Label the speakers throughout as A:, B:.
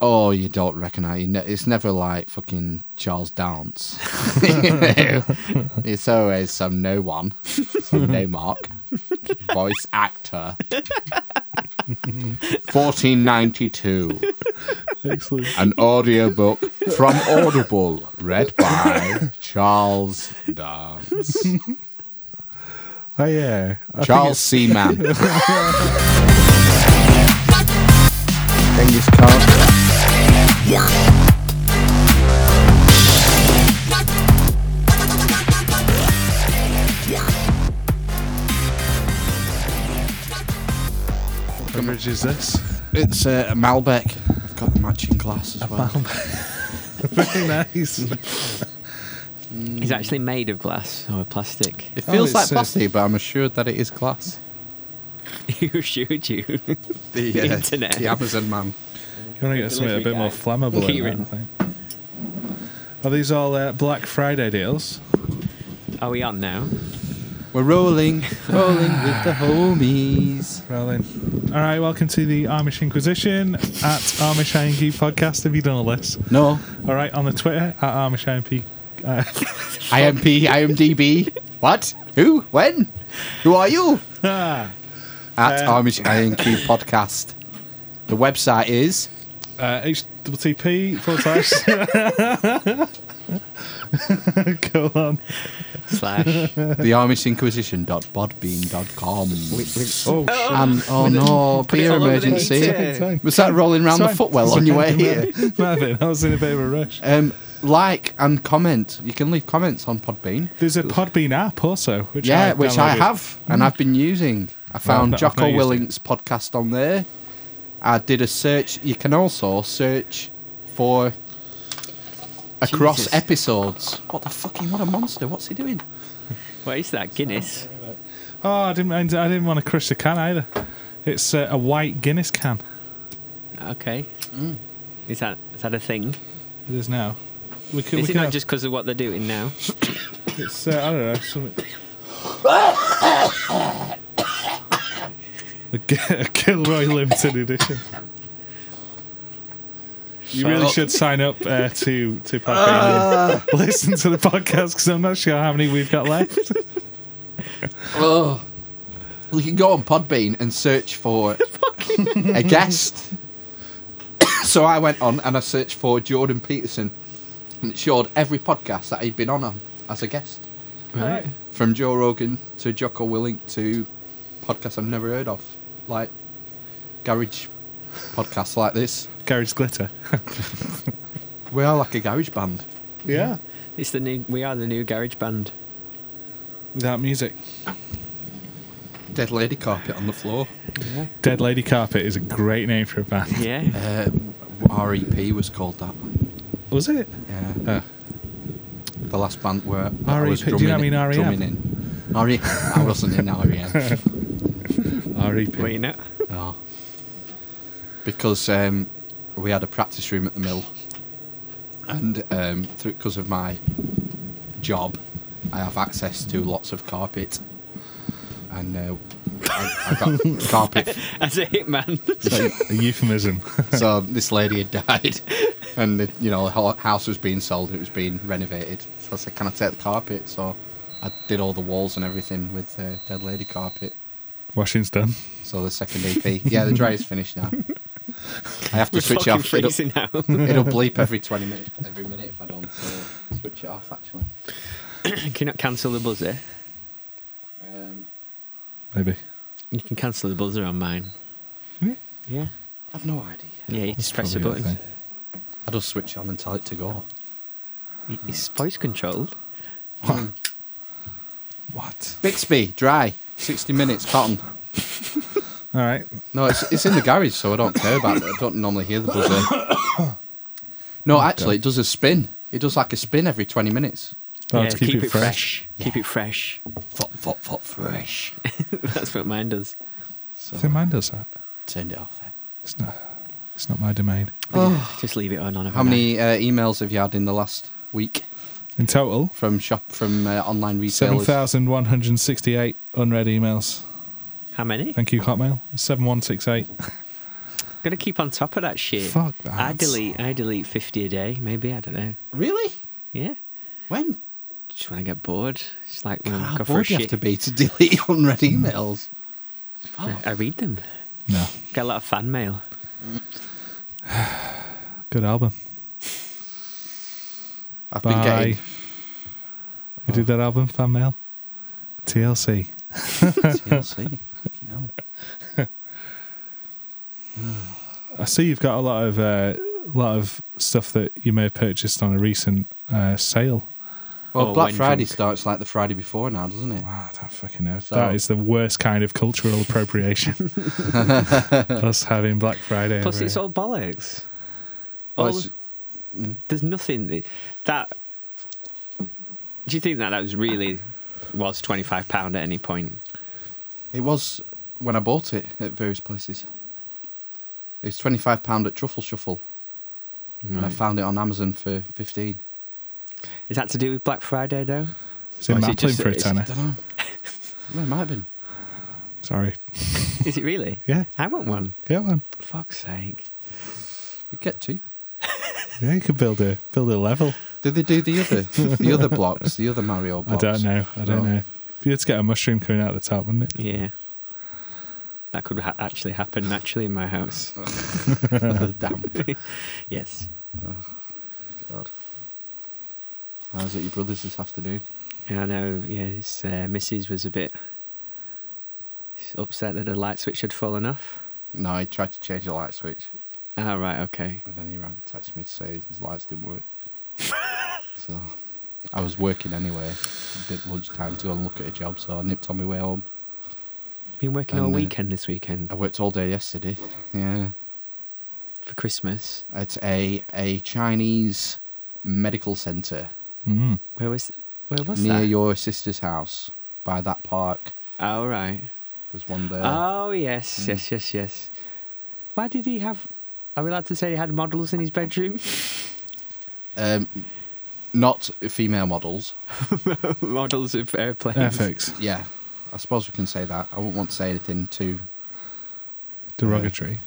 A: Oh, you don't recognise. You ne- it's never like fucking Charles Dance. it's always some no one, some no mark, voice actor. 1492,
B: Excellent.
A: an audiobook from Audible, read by Charles Dance.
B: Oh yeah. I think
A: Charles C. Mann.
C: Genghis Khan.
B: What bridge is this?
A: It's uh, a Malbec. I've got the matching glass as well.
B: Very nice.
D: It's actually made of glass or plastic.
A: It
B: Oh,
A: feels like
B: it's, uh,
A: plastic, but I'm assured that it is glass.
D: Who shoot you?
A: The,
D: uh, internet. the
A: Amazon man.
B: You want to get something a bit more flammable
D: You're
B: in
D: in.
B: that, I think. Are these all uh, Black Friday deals?
D: Are we on now?
A: We're rolling, rolling with the homies.
B: Well then. All right, welcome to the Amish Inquisition at Amish INQ podcast. Have you done all this?
A: No,
B: All right, on the Twitter at Amish INP. Uh,
A: IMP, IMDb. what? Who? When? Who are you?
B: ah,
A: At
B: Uh,
A: Amish INQ podcast. The website is
B: uh, HTTP four times. Go on.
D: Slash.
A: theamishinquisition.bodbean.com.
B: Oh,
A: And oh no,
D: it
A: beer
D: all over the
A: emergency.
D: internet.
B: it's fine.
A: Was that rolling around the
B: It's fine.
A: footwell
B: It's
A: on your way
B: fine.
A: here?
B: Might have been. I was in a bit of a rush.
A: Um, like and comment. You can leave comments on Podbean.
B: There's a Podbean app also. Which
A: yeah,
B: I
A: which I
B: downloaded.
A: have and I've been using. I found
B: not- I've
A: Jocko
B: not used it.
A: Willink's podcast on there. I did a search. You can also search for across
D: Jesus.
A: episodes. What the fucking what a monster! What's he doing?
D: What is that? Guinness.
B: Oh, I didn't. I didn't want to crush the can either. It's uh, a white Guinness can.
D: Okay. Is that is that a thing?
B: It is now. We could.
D: Is
B: we
D: it
B: could
D: not
B: have-
D: just because of what they're doing now?
B: It's, uh, I don't know. Something. a G- a Gilroy Limited Edition. You really should sign up uh, to to Podbean
D: Ah.
B: and listen to the podcast because I'm not sure how many we've got left.
A: Oh, you can go on Podbean and search for a guest. so I went on and I searched for Jordan Peterson, and it showed every podcast that he'd been on, on as a guest.
D: Right.
A: from Joe Rogan to Jocko Willink to podcasts I've never heard of, like garage podcasts like this.
B: Garage glitter.
A: We are like a garage band.
B: Yeah.
D: It's the new. We are the new garage band.
B: Without music.
A: Dead lady carpet on the floor.
D: Yeah.
B: Dead Lady Carpet is a great name for a band.
D: Yeah.
A: Uh, R.E.P. was called that.
B: Was it?
A: Yeah,
B: Oh.
A: the last band where I
B: R.E.P.,
A: was
B: E do you
A: drumming,
B: not mean R.E.M.?
A: drumming in. R.E. I wasn't in E R.E.M.
B: R.E.P.
D: Were you not?
A: No. Because um, we had a practice room at the mill, and um, because of my job, I have access to lots of carpet, and uh, I, I got carpet.
D: As a hitman.
B: a euphemism.
A: So this lady had died, and the, you know the ho- house was being sold. It was being renovated. So I said, "Can I take the carpet?" So I did all the walls and everything with uh, dead lady carpet.
B: Washing's done.
A: So the second EP, yeah, the dryer's finished now. I have to
D: We're
A: switch it
D: fucking
A: off. It'll-
D: freezing now.
A: It'll bleep every twenty minutes, every minute if I don't so switch it off. Actually,
D: Can you not cancel the buzzer?
A: um,
B: Maybe.
D: You can cancel the buzzer on mine.
B: Really?
D: Yeah.
A: I've no idea.
D: Yeah. You just press a
B: Probably
D: button.
B: that thing.
A: I just switch on and tell it to go.
D: It- It's voice controlled.
B: What?
A: Bixby dry, sixty minutes cotton.
B: All right.
A: No, it's it's in the garage, so I don't care about it. I don't normally hear the buzzer. No, actually, it does a spin. It does like a spin every twenty minutes.
B: Oh,
D: yeah,
B: to keep, it fresh.
D: Keep it fresh.
A: Fop, fop, fop, fresh.
D: That's what mine does.
A: So
B: I think mine does that.
A: turned it off. eh?
B: It's not. It's not my domain.
D: Just leave it on. on
A: Oh. How many uh, emails have you had in the last week
B: In total,
A: from shop from uh, online
B: seven
A: retailers?
B: thousand one hundred sixty-eight unread emails.
D: How many?
B: Thank you, Hotmail. Seven one six eight.
D: Gotta keep on top of that shit.
B: Fuck that.
D: I delete. I delete fifty a day. Maybe I don't know.
A: Really?
D: Yeah.
A: When?
D: Just when I get bored. It's like when
A: God,
D: I
A: how
D: go for a
A: bored you have
D: shit.
A: to be to delete unread emails.
D: I I read them.
B: No.
D: Get a lot of fan mail.
B: Good album.
A: I've been
B: Bye.
A: getting
B: Who did that album? Fan mail. TLC.
A: TLC. Fucking hell.
B: I see you've got a lot of uh, lot of stuff that you may have purchased on a recent uh, sale.
A: Well,
D: Oh,
A: Black
D: when
A: Friday
D: drunk.
A: starts like the Friday before now, doesn't it?
B: Wow, I don't fucking know.
A: So-
B: that is the worst kind of cultural appropriation. Us having Black Friday.
D: Plus,
B: every-
D: it's all bollocks.
A: Well,
D: All- Mm.
A: it's-
D: there's nothing that, that. Do you think that that was really was twenty five pound at any point?
A: It was when I bought it at various places. It was twenty five pound at Truffle Shuffle, and I found it on Amazon for fifteen.
D: Mm. Is that to do with Black Friday though?
B: It's in
D: Or is it
B: Maplin
D: just-
B: for a
D: it's-
A: I
B: tenner.
A: don't know. it might have been.
B: Sorry.
D: Is it really?
B: Yeah.
D: I want one.
B: Yeah, man.
D: Fuck's sake.
A: We get two.
B: Yeah, you could build a build a level.
A: Did they do the other the other blocks, the other Mario
B: I
A: blocks?
B: don't know. I don't
A: No.
B: know. If you had to get a mushroom coming out the top, wouldn't it?
D: Yeah. That could ha- actually happen naturally in my house.
A: the damp.
D: yes.
A: God. How's it your brothers this afternoon?
D: And I know, yeah, his uh, missus was a bit upset that the light switch had fallen off.
A: No, he tried to change the light switch,
D: Ah, right, okay.
A: and then he ran texted me to say his lights didn't work. so I was working anyway. Did lunchtime to go and look at a job, so I nipped on my way home.
D: Been working all
A: And, uh,
D: weekend this weekend
A: I worked all day yesterday. Yeah,
D: for Christmas.
A: at a a Chinese medical centre
B: Mm.
D: Where was where was
A: near
D: that?
A: your sister's house by that park.
D: Oh, right.
A: There's one there.
D: Oh, yes,
A: mm.
D: yes, yes, yes. Why did he have. Are we allowed to say he had models in his bedroom?
A: Um, not female models.
D: models of airplanes.
B: FX.
A: Yeah, I suppose we can say that. I wouldn't want to say anything too.
B: Derogatory.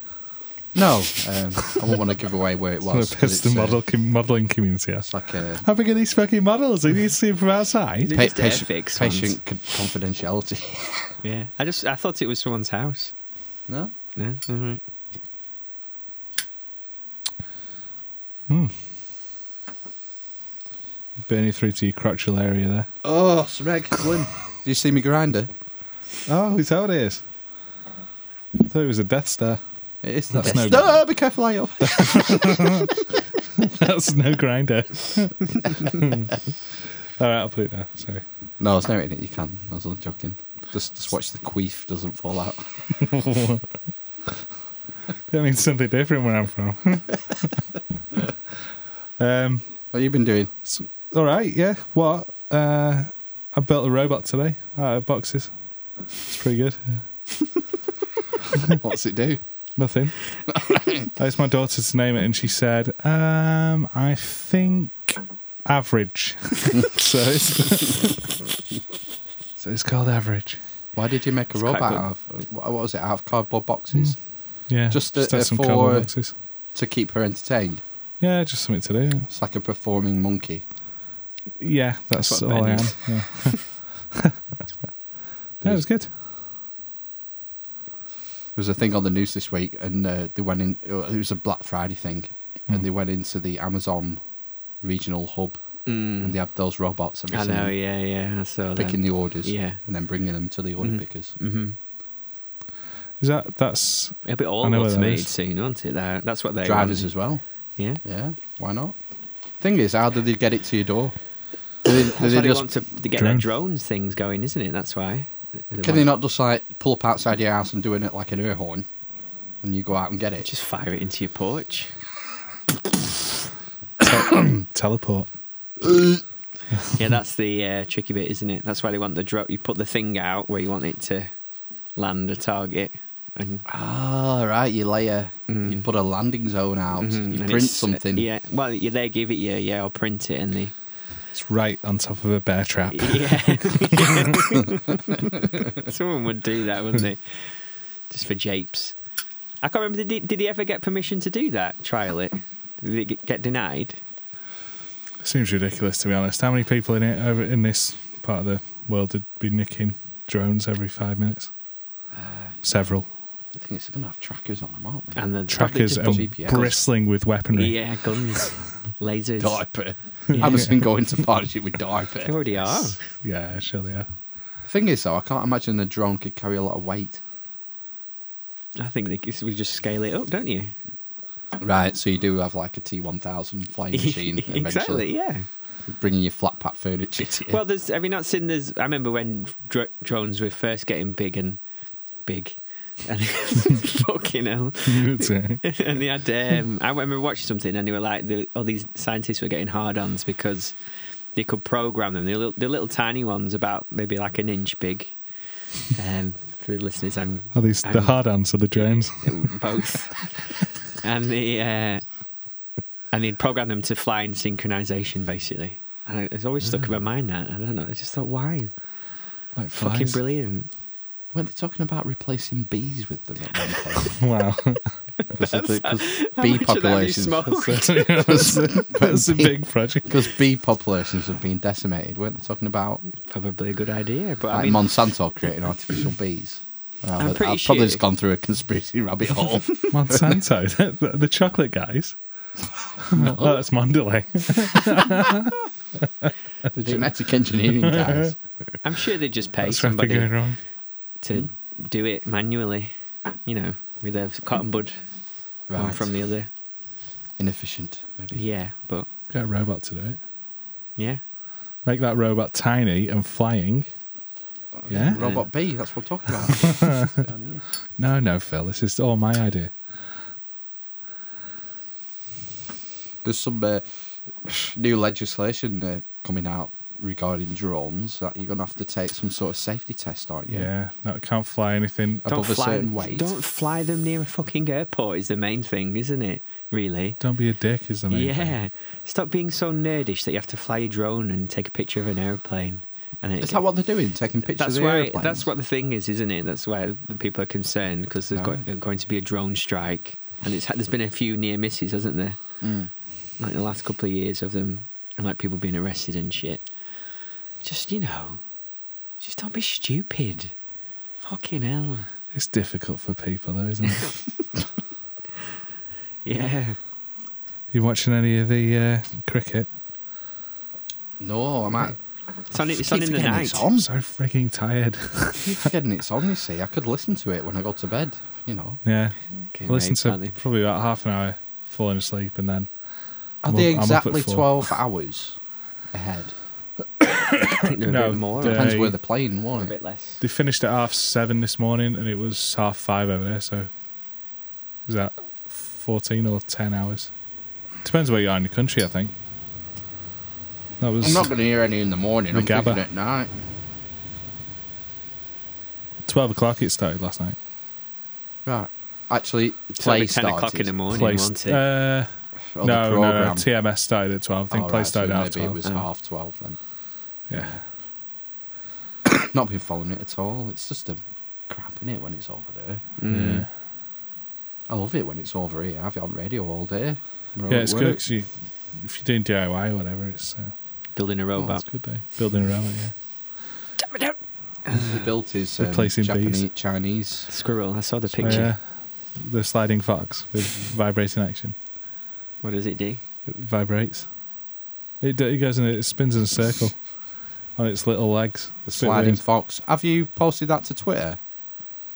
A: No, um, I wouldn't want to give away where it was.
B: It's
A: 'cause
B: the
A: uh,
B: model com- modelling community.
A: it's like a
B: How big are these fucking models? Are you see from outside?
D: They're
A: pa-
D: just
A: patient,
D: Airfix ones.
A: patient con- confidentiality.
D: Yeah, I just I thought it was someone's house.
A: no,
D: Yeah, alright.
B: Burning through to your crotchal area there.
A: oh, Smeg, Glyn, do you see me grinder?
B: Oh, is that what it is? I thought it was a Death Star.
A: It is
B: That's
A: that.
B: no
A: No,
B: good.
A: be careful, I hope.
B: That's no grinder. All right, I'll put it there. Sorry.
A: No, it's not in it. You can. I was only joking. Just, just watch the queef doesn't fall out.
B: That means something different where I'm from. um,
A: What you been doing?
B: s- all right, yeah. What? Uh, I built a robot today out of boxes. It's pretty good.
A: What's it do?
B: Nothing. I asked my daughter to name it, and she said, um, "I think average." so it's so it's called average.
A: Why did you make a
D: It's quite
A: robot
D: good.
A: out of what what was it? Out of cardboard boxes
B: Hmm. Yeah,
A: Just, uh,
B: had
A: uh,
B: some
A: for-
B: cardboard boxes.
A: to keep her entertained.
B: Yeah, just something to do.
A: It's like a performing monkey.
B: Yeah, that's,
D: That's what
B: all I
D: Ben
B: am.
D: is.
B: Yeah. yeah, it was good.
A: There was a thing on the news this week, and uh, they went in. It was a Black Friday thing,
B: Hmm.
A: and they went into the Amazon regional hub, and they
D: Mm.
A: have those robots. have you
D: I
A: seen
D: know.
A: them?
D: Yeah, yeah. I saw that.
A: Picking the orders,
D: Yeah.
A: and then bringing them to the order
D: Mhm.
A: pickers.
D: Mm-hmm.
B: Is that that's
D: It'll be all
B: I know where that
D: automated
B: is.
D: soon, won't it? That, that's what they
A: Drivers
D: want.
A: as well.
D: Yeah.
A: Yeah, why not? Thing is, how do they get it to your door? Do they, do
D: That's
A: they
D: why they
A: just-
D: want to, to get
B: Drone.
D: their drones things going, isn't it? That's why.
A: can they not just like pull up outside your house and doing it like an air horn, and you go out and get it?
D: Just fire it into your porch.
B: teleport?
D: yeah, that's the uh, tricky bit, isn't it? That's why they want the drone. You put the thing out where you want it to land a target, and
A: Ah, right. You lay a, you
D: Mm.
A: put a landing zone out.
D: Mhm, and
A: You print
D: it's-
A: something.
D: Yeah, well, yeah, they give it you. Yeah, I'll print it, and they.
B: It's right on top of a bear trap.
D: Yeah. Someone would do that, wouldn't they? Just for japes. I can't remember. Did he, did he ever get permission to do that? Trial it? Did it get- get denied?
B: Seems ridiculous to be honest. How many people in it over in this part of the world would be nicking drones every five minutes?
D: Uh,
B: Several
A: I think it's going to have trackers on them, aren't they?
D: And then
B: trackers and
A: GPS.
B: bristling with weaponry.
D: yeah, guns, lasers.
A: diaper.
D: Yeah.
A: Amazon going to partnership with diaper.
D: They already are.
B: Yeah, sure they are.
A: Thing is, though, I can't imagine the drone could carry a lot of weight.
D: I think they, c- we just scale it up, don't you?
A: Right, so you do have like a T1000 flying machine eventually.
D: exactly. Yeah.
A: Bringing your flat pack furniture to you.
D: Well, there's. Have you not seen? There's. I remember when dr- drones were first getting big and big, and fucking hell.
B: That's it.
D: and they had. Um, I remember watching something, and they were like, the, all these scientists were getting hard-ons because they could program them. They're little, they're little tiny ones, about maybe like an inch big. Um, for the listeners, I'm
B: Are these the
D: I'm-
B: hard answer the drones?
D: both, and the uh, and he'd program them to fly in synchronization, basically. And it- it's always stuck
A: Ah.
D: in my mind that I don't know. I just thought, why?
B: Like
D: Fucking
B: flies.
D: brilliant.
A: Weren't they talking about replacing bees with them at one point?
B: Wow,
A: Because of the 'cause
D: How
A: bee
D: much of that
A: populations.
D: have you smoked?
B: that's, that's a big project.
A: Because bee populations have been decimated, weren't they talking about
D: Probably a good idea, but
A: like
D: I mean,
A: Monsanto creating artificial bees? Well,
D: I'm
A: I've
D: pretty
A: I've probably
D: sure-
A: just gone through a conspiracy rabbit hole.
B: Monsanto, the, the chocolate guys. Oh, that's Mandalay.
A: the genetic engineering guys.
D: I'm sure they just pay
B: That's where they're
D: somebody
B: going wrong.
D: to
A: Hmm?
D: do it manually, you know, with a cotton bud one
A: Right.
D: from the other.
A: Inefficient, maybe.
D: Yeah, but
B: Get a robot to do it.
D: yeah,
B: Make that robot tiny and flying. Yeah.
A: Robot bee, that's what I'm talking about. Down here.
B: No, no, Phil. This is all my idea.
A: There's some uh, new legislation uh, coming out regarding drones that you're going to have to take some sort of safety test, aren't you?
B: Yeah. No, it can't fly anything.
A: Above
D: don't
A: a
D: fly,
A: certain weight.
D: don't fly them near a fucking airport is the main thing, isn't it? Really?
B: Don't be a dick is the main thing.
D: Yeah. Stop being so nerdish that you have to fly a drone and take a picture of an airplane. And it,
A: Is that what they're doing? Taking pictures
D: that's
A: of
D: why
A: airplanes?
D: that's what the thing is, isn't it? That's why the people are concerned because there's
A: Oh.
D: got, going to be a drone strike, and it's there's been a few near misses, hasn't there?
A: Mm.
D: Like the last couple of years of them, and like people being arrested and shit. Just you know, just don't be stupid. Fucking hell.
B: It's difficult for people, though, isn't it?
D: Yeah.
B: you watching any of the uh, cricket?
A: No, I might.
D: It's on, it's on in the
A: Again,
D: night.
A: It's on.
B: I'm so freaking tired.
A: keep forgetting it's on, you see. I could listen to it when I go to bed, you know.
B: yeah. I
D: Okay,
B: listen
D: mate,
B: to
D: can't they?
B: probably about half an hour falling asleep and then.
A: Are
B: I'm
A: they
B: up- I'm up at
A: exactly
B: four.
A: 12 hours ahead?
D: I think they're a
B: No,
D: bit more.
B: the-
D: aren't
A: Depends
B: They-
A: where they're playing,
D: they? A
A: won't it?
D: bit less.
B: They finished at half seven this morning and it was half five over there, so. Is that 14 or 10 hours? Depends where you are in the country, I think. That was
A: I'm not going to hear any in the morning.
B: The
A: I'm thinking
B: Gabba.
A: at night.
B: 12 o'clock it started last night.
A: Right. Actually,
D: It's like
A: play
D: ten o'clock in the
A: morning.
D: morning,
B: Place-
D: wasn't it?
B: uh,
A: No,
B: no, no, no,
A: Oh, program.
B: TMS started at 12. I think
A: Oh,
B: play
A: right, so
B: started at half
A: Maybe
B: 12.
A: it was
D: Oh.
A: half 12 then.
B: yeah.
A: Not been following it at all. It's just a crap in it when it's over there.
D: Mm.
B: Yeah.
A: I love it when it's over here. I've it on radio all day. We're
B: Yeah,
A: all
B: it's
A: at
B: good
A: work.
B: 'cause you, if you're doing DIY or whatever, it's, uh,
D: Building a
B: oh,
D: robot.
B: it's a good day. Building a robot, yeah.
D: Oh,
A: He built his um,
B: Replacing bees.
A: Japanese, Chinese.
D: Squirrel. I saw the
B: So,
D: picture.
B: yeah, the sliding fox with vibrating action.
D: What does it do?
B: It vibrates. It, d- it goes in, a- it spins in a circle on its little legs.
A: The
B: It's a bit
A: sliding
B: weird.
A: fox. Have you posted that to Twitter?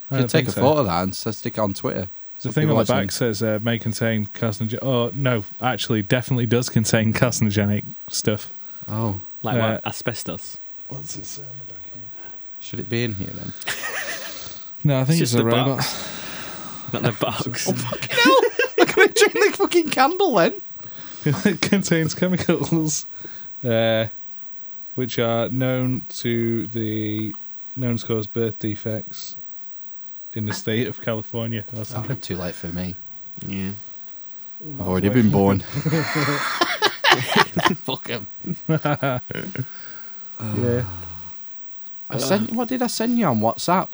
B: I
A: You
B: don't
A: should take
B: think
A: a
B: so.
A: photo of that and s- stick it on Twitter.
B: The
A: Some
B: thing on
A: people
B: the back
A: actually-
B: says uh, may contain carcinogenic. Oh, no, actually, definitely does contain carcinogenic stuff.
A: Oh,
D: Like
B: Uh,
D: what? Asbestos.
B: What's it say
A: should it be in here then?
B: No, I think it's,
D: It's just
B: a
D: the
B: robot.
D: Not the box.
B: Oh,
A: Look at it the fucking candle then.
B: it contains chemicals uh, which are known to the known to cause birth defects in the state of California or something.
A: too late for me.
D: yeah.
A: I've already been born. Fuck him.
B: yeah.
A: I sent. What did I send you on WhatsApp?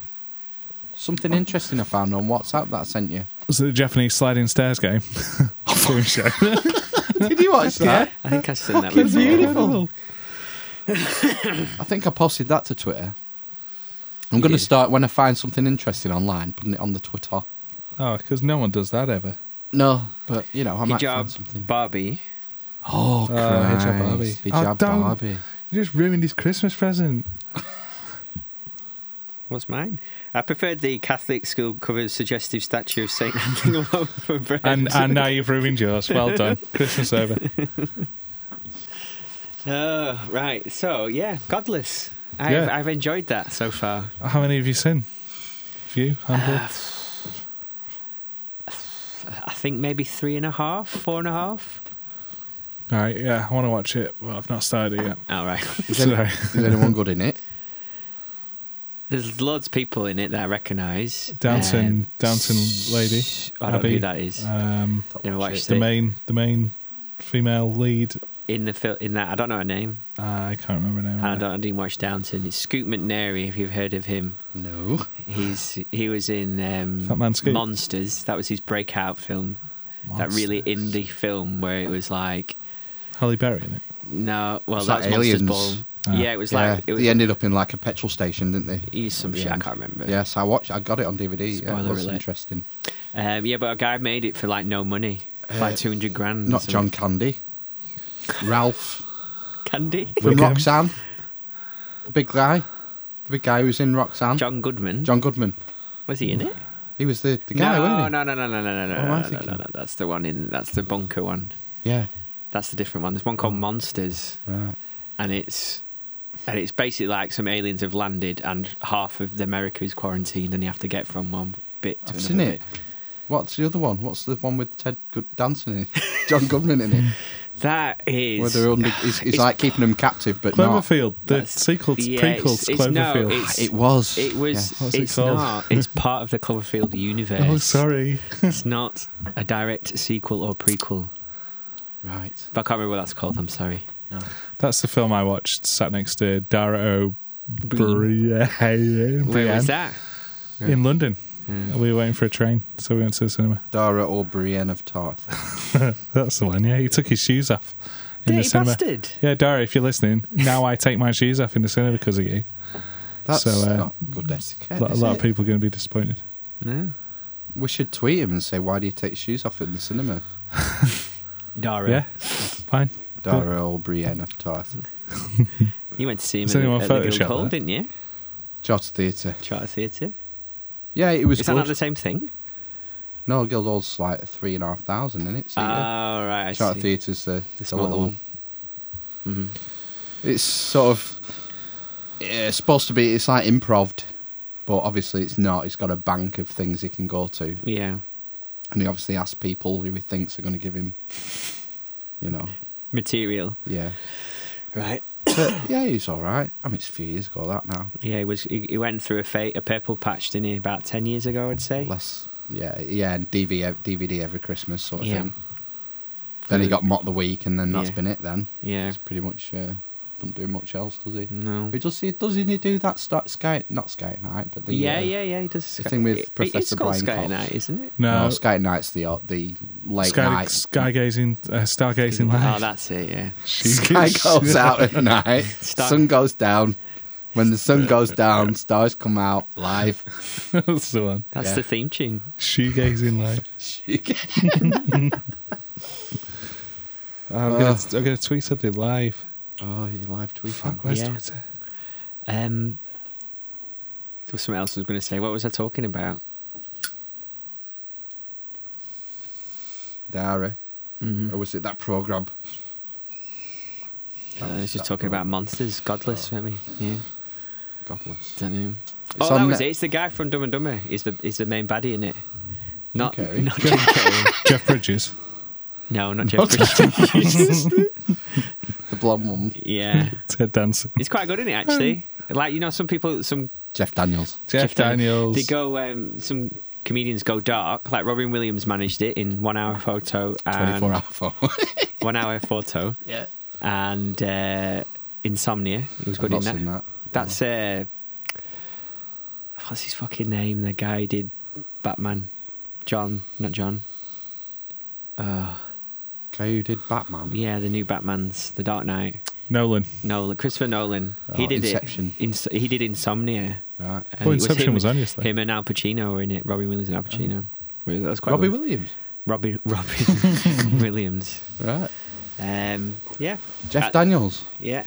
A: Something interesting I found on WhatsApp that I sent you.
B: Was it the Japanese sliding stairs
A: Oh,
B: game? Game show.
A: Did you watch that?
D: I think I've seen that
A: Fucking
D: before.
A: beautiful. I think I posted that to Twitter. I'm going to
D: did.
A: start when I find something interesting online, putting it on the Twitter.
B: Oh, because no one does that ever.
A: No, but you know, I might find
D: Hijab
A: something.
D: Barbie.
A: Oh,
B: Uh, Hijab
A: Christ.
B: Barbie.
A: Hijab
B: Oh, don't-
A: Barbie.
B: You just ruined his Christmas present.
D: What's mine? I preferred the Catholic school covered suggestive statue of Saint handing alone for bread.
B: And and now you've ruined yours. Well done. Christmas over.
D: Oh, right. So yeah, godless. I've,
B: Yeah.
D: I've enjoyed that so far.
B: How many have you seen? Few? Handful?
D: Ah. I think maybe three and a half, four and a half.
B: All right, yeah, I want to watch it. Well, I've not started it yet.
D: All right.
A: Is, any-
B: Sorry.
A: is anyone good in it?
D: There's loads of people in it that I recognise.
B: Dancing,
D: Um,
B: dancing lady.
D: I don't know
B: Abby.
D: who that is.
B: Um,
D: Never watched
B: the
D: it.
B: main, the main female lead.
D: in the fil- in that I don't know her name.
B: Uh, I can't remember her name.
D: And uh, I don't I didn't watch Downton. It's Scoot McNairy, if you've heard of him.
A: No.
D: He's he was in
B: Fat
D: um,
B: Man Scoot.
D: Monsters. That was his breakout film. That really indie film where it was like
B: Halle Berry in it.
D: no, well
A: Was
D: that's
A: that
D: Monsters
A: Aliens? Uh,
D: Ball.
B: Ah.
D: yeah, it was
A: yeah,
D: like it was
A: they ended up in like a petrol station, didn't they?
D: he's some
A: At the
D: shit. I
A: end.
D: can't remember.
A: Yes, I watched. I got it on DVD. Yeah, it
D: Spoiler
A: was
D: alert.
A: interesting.
D: Um, yeah, but a guy made it for like no money,
A: Uh,
D: like two hundred grand. or
A: Not
D: something.
A: John Candy. Ralph
D: Candy.
A: from
B: Wickham.
A: Roxanne. The big guy. The big guy who was in Roxanne.
D: John Goodman.
A: John Goodman.
D: was he in it?
A: He was the, the guy,
D: no,
A: wasn't he? Oh,
D: no, no, no, no, no, no,
A: What am I
D: no, no, no,
A: thinking?
D: no. That's the one in. That's the bunker one.
A: Yeah.
D: That's the different one. There's one
A: Oh.
D: called Monsters,
A: Right.
D: and it's and it's basically like some aliens have landed, and half of America is quarantined, and you have to get from one bit to
A: I've
D: another
A: seen it.
D: bit.
A: What's the other one? What's the one with Ted Good dancing in it? John Goodman in it.
D: That is
A: Where they're under, it's, it's
D: It's-
A: like keeping them captive, but not. Ah,
B: Cloverfield, the
D: That's-
B: sequel, to
D: yeah,
B: prequel
D: it's-
B: to
D: it's- no,
B: Cloverfield.
D: it's-
A: It was.
D: It was.
A: Yeah.
B: What's it
D: it's
B: called?
D: not. It's part of the Cloverfield universe.
B: oh, sorry.
D: It's not a direct sequel or prequel.
A: Right.
D: But I can't remember what that's called. I'm sorry.
B: That's the film I watched. Sat next to Dara O.
D: Breen.
B: Breen.
D: Where was that?
B: In London.
D: Yeah.
B: We were waiting for a train, so we went to the cinema.
A: Dara or Brienne of Tarth.
B: That's the one. Yeah, he took his shoes off in the
D: Dirty
B: cinema.
D: bastard.
B: Yeah, Dara, if you're listening, now I take my shoes off in the cinema because of you.
A: That's
B: So, uh,
A: not good etiquette.
B: A lot, a
A: is
B: lot
A: it?
B: of people are going to be disappointed.
D: No.
A: We should tweet him and say, "Why do you take your shoes off in the cinema?"
D: Dara.
B: Yeah, fine.
A: Dara or Brienne of Tarth.
D: You went to see him
B: Has
D: in
B: anyone
D: the, at the
B: photoshopped
D: Guildhall,
B: that?
D: didn't you?
A: Charter Theatre.
D: Charter Theatre.
A: Yeah, it was
D: Is that
A: good.
D: not the same thing?
A: No, Guildhall's like three and a half thousand in it.
D: Oh,
A: So yeah.
D: right. I
A: Charter
D: see.
A: Theatre's the,
D: The
A: the
D: smaller
A: little
D: one. Mhm.
A: It's sort of yeah, it's supposed to be. It's like improved, but obviously it's not. He's got a bank of things he can go to,
D: Yeah.
A: and he obviously asks people who he thinks are going to give him, you know,
D: Material.
A: yeah.
D: Right.
A: But yeah, he's all right. I mean, it's a few years ago that now.
D: Yeah, he was. He, he went through a, fa- a purple patch, didn't he? About ten years ago, I'd say.
A: Less, yeah, yeah, and E, DV, ev- DVD every Christmas sort of
D: Yeah.
A: thing. Then he got mocked the week, and then that's
D: Yeah.
A: been it. Then
D: Yeah.
A: he's pretty much uh, don't do much else, does he?
D: No.
A: He does he doesn't he do that st- Sky not Sky Night, but the
D: yeah,
A: uh,
D: yeah, yeah. He does.
A: the thing with
D: it's
A: Professor
D: called
A: Brian
D: Sky
A: Cox.
D: Night, isn't it?
A: No,
B: No,
A: Sky Night's the uh, the late
B: sky,
A: night.
B: skygazing, uh, stargazing live.
D: Oh, that's it. Yeah.
A: Sky goes out at night.
D: Star-
A: sun goes down. When the sun goes down, stars come out live.
B: that's the one.
D: That's
A: Yeah.
D: the theme tune.
B: Shoegazing live. I'm
A: Uh.
D: Ah.
B: going to tweet something live.
A: oh, you live tweeting.
B: Fuck, where's
D: Yeah.
B: Twitter?
D: Um, there was something else I was going to say. What was I talking about?
A: Dara,
D: Mm-hmm.
A: or Oh, was it that program?
D: Uh, I was just talking about monsters, godless, weren't we? Yeah.
A: Godless.
D: Don't know.
A: It's
D: Oh, that
A: on
D: was
A: Net-
D: it. Oh. It's the guy from Dumb and Dumber. He's the he's the main baddie in it. Not
A: Carrey.
D: not Jim Carrey.
B: Jeff Bridges.
D: No, not Jeff Bridges.
A: The blonde one.
D: yeah,
B: Ted Danson.
D: he's quite good in it actually. Like you know, some people, some
A: Jeff Daniels.
B: Jeff,
D: Dan-
B: Daniels.
D: They go. Um, some comedians go dark. Like Robin Williams managed it in One Hour Photo and
A: 24 hour phone.
D: One Hour Photo
A: yeah.
D: and uh, Insomnia. He was
A: I've
D: good
A: not
D: in that.
A: seen that.
D: That's uh, what's his fucking name? The guy who did Batman. John, not John.
A: Okay, who did Batman?
D: Yeah, the new Batman's The Dark Knight.
B: Nolan.
D: Nolan, Christopher Nolan. he
A: Oh,
D: did
A: Inception.
D: it. Ins- he did Insomnia.
A: Right.
D: And
B: Well,
D: it was
B: Inception
D: him-
B: was on yesterday.
D: Him and Al Pacino were in it. Robbie Williams and Al Pacino. Well, That was quite
A: Robbie
D: weird.
A: Williams.
D: Robbie Robbie Williams.
A: Right.
D: Um, yeah.
A: Jeff
D: Uh,
A: Daniels.
D: Yeah.